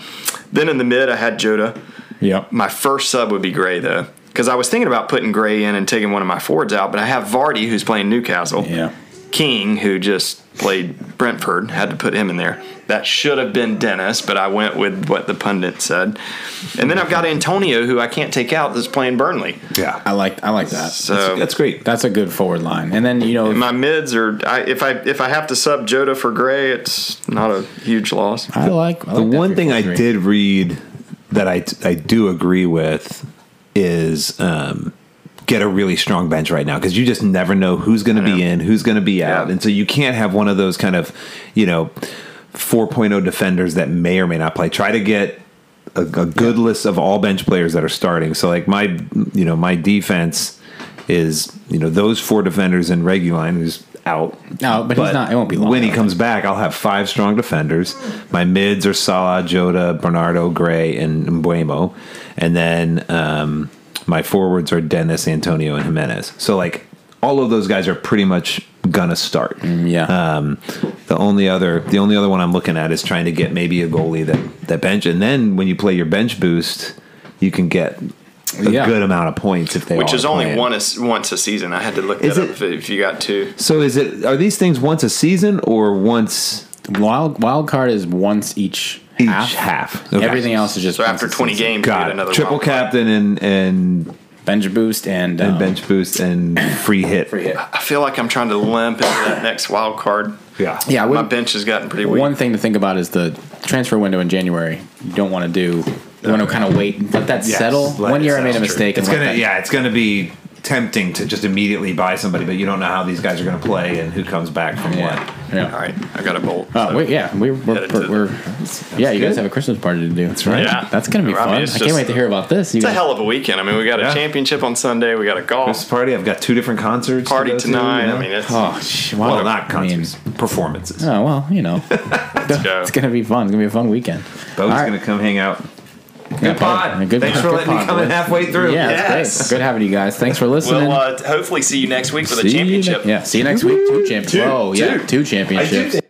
[SPEAKER 2] then in the mid, I had Joda.
[SPEAKER 1] Yep.
[SPEAKER 2] My first sub would be Gray, though, because I was thinking about putting Gray in and taking one of my forwards out, but I have Vardy, who's playing Newcastle.
[SPEAKER 1] Yeah.
[SPEAKER 2] King, who just played Brentford, had to put him in there. That should have been Dennis, but I went with what the pundit said. And then I've got Antonio, who I can't take out, that's playing Burnley.
[SPEAKER 3] yeah,
[SPEAKER 1] I like I like that.
[SPEAKER 2] So
[SPEAKER 3] that's great.
[SPEAKER 1] That's a good forward line. And then you know
[SPEAKER 2] my mids are I, if I if I have to sub Joda for Gray, it's not a huge loss.
[SPEAKER 1] I like I
[SPEAKER 3] The
[SPEAKER 1] like that
[SPEAKER 3] one thing I
[SPEAKER 1] 3-4-3.
[SPEAKER 3] did read that I I do agree with is um, get a really strong bench right now because you just never know who's going to be in, who's going to be out,
[SPEAKER 2] Yeah.
[SPEAKER 3] and so you can't have one of those kind of you know 4.0 defenders that may or may not play. Try to get a, a good list of all bench players that are starting. So like my you know my defense is you know those four defenders and Reguline who's out.
[SPEAKER 1] No, but he's not- it won't be long,
[SPEAKER 3] When he
[SPEAKER 1] though.
[SPEAKER 3] comes back, I'll have five strong defenders. My mids are Salah, Jota, Bernardo, Gray, and Mbuemo. and then um, my forwards are Dennis, Antonio, and Jimenez. So like all of those guys are pretty much gonna start.
[SPEAKER 1] Mm, yeah.
[SPEAKER 3] Um, the only other the only other one I'm looking at is trying to get maybe a goalie that that bench, and then when you play your bench boost, you can get a
[SPEAKER 1] Yeah.
[SPEAKER 3] good amount of points if they
[SPEAKER 2] Which
[SPEAKER 3] all
[SPEAKER 2] is
[SPEAKER 3] are
[SPEAKER 2] only
[SPEAKER 3] playing.
[SPEAKER 2] one a, once a season. I had to look
[SPEAKER 3] Is
[SPEAKER 2] that
[SPEAKER 3] it-
[SPEAKER 2] up if, if you got two.
[SPEAKER 3] So is it are these things once a season or once
[SPEAKER 1] wild wild card is once each
[SPEAKER 3] each
[SPEAKER 1] half.
[SPEAKER 3] half? Okay.
[SPEAKER 1] Everything else is just
[SPEAKER 2] So
[SPEAKER 1] once
[SPEAKER 2] after
[SPEAKER 1] a
[SPEAKER 2] 20
[SPEAKER 1] season.
[SPEAKER 2] games, you
[SPEAKER 3] Got
[SPEAKER 2] get
[SPEAKER 3] it.
[SPEAKER 2] another
[SPEAKER 3] triple
[SPEAKER 2] wild card.
[SPEAKER 3] captain and and,
[SPEAKER 1] bench boost and,
[SPEAKER 3] and
[SPEAKER 1] um,
[SPEAKER 3] bench boost and free hit.
[SPEAKER 1] free hit.
[SPEAKER 2] I feel like I'm trying to limp into that next wild card.
[SPEAKER 3] Yeah.
[SPEAKER 1] Yeah, I
[SPEAKER 2] My
[SPEAKER 1] wouldn't-
[SPEAKER 2] bench has gotten pretty weak.
[SPEAKER 1] One thing to think about is the transfer window in January. You don't want to do. You want to kind of wait, and let that
[SPEAKER 3] Yes,
[SPEAKER 1] settle.
[SPEAKER 3] let
[SPEAKER 1] One
[SPEAKER 3] it
[SPEAKER 1] year I
[SPEAKER 3] settle.
[SPEAKER 1] made a mistake.
[SPEAKER 3] It's
[SPEAKER 1] and let
[SPEAKER 3] gonna
[SPEAKER 1] that-
[SPEAKER 3] yeah, it's gonna be tempting to just immediately buy somebody, but you don't know how these guys are gonna play and who comes back from what.
[SPEAKER 1] yeah,
[SPEAKER 2] All
[SPEAKER 1] yeah.
[SPEAKER 2] right, I got a bolt.
[SPEAKER 1] Oh, wait, yeah, we, we're,
[SPEAKER 2] Headed to
[SPEAKER 1] we're,
[SPEAKER 2] the-
[SPEAKER 1] we're yeah. You guys
[SPEAKER 3] good.
[SPEAKER 1] have a Christmas party to do. That's
[SPEAKER 3] right.
[SPEAKER 2] Yeah.
[SPEAKER 1] That's gonna be
[SPEAKER 2] I mean,
[SPEAKER 1] fun. I,
[SPEAKER 2] it's
[SPEAKER 1] can't
[SPEAKER 2] just-
[SPEAKER 1] wait to hear about this. You
[SPEAKER 2] It's a
[SPEAKER 1] guys-
[SPEAKER 2] hell of a weekend. I mean, we got a
[SPEAKER 3] Yeah.
[SPEAKER 2] championship on Sunday. We got a
[SPEAKER 3] This
[SPEAKER 2] golf
[SPEAKER 3] party, I've got two different concerts. to
[SPEAKER 2] party
[SPEAKER 3] go to, you
[SPEAKER 2] tonight.
[SPEAKER 3] know?
[SPEAKER 2] I mean, it's
[SPEAKER 1] Oh, sh- wow.
[SPEAKER 3] well, not
[SPEAKER 1] I mean,
[SPEAKER 3] concerts, performances.
[SPEAKER 1] Oh well, you know,
[SPEAKER 2] go.
[SPEAKER 1] it's gonna be fun. It's gonna be a fun weekend. All
[SPEAKER 3] Bo's
[SPEAKER 1] right.
[SPEAKER 3] gonna come hang out.
[SPEAKER 1] Good
[SPEAKER 3] pod. Thanks for letting me come in halfway through.
[SPEAKER 1] Yeah, that's
[SPEAKER 2] Yes.
[SPEAKER 1] great. Good having you guys. Thanks for listening.
[SPEAKER 2] we'll uh, hopefully see you next week for the
[SPEAKER 1] See you ne-
[SPEAKER 2] championship.
[SPEAKER 1] yeah, see you next week. Two championships. Oh, yeah,
[SPEAKER 2] two.
[SPEAKER 1] two championships.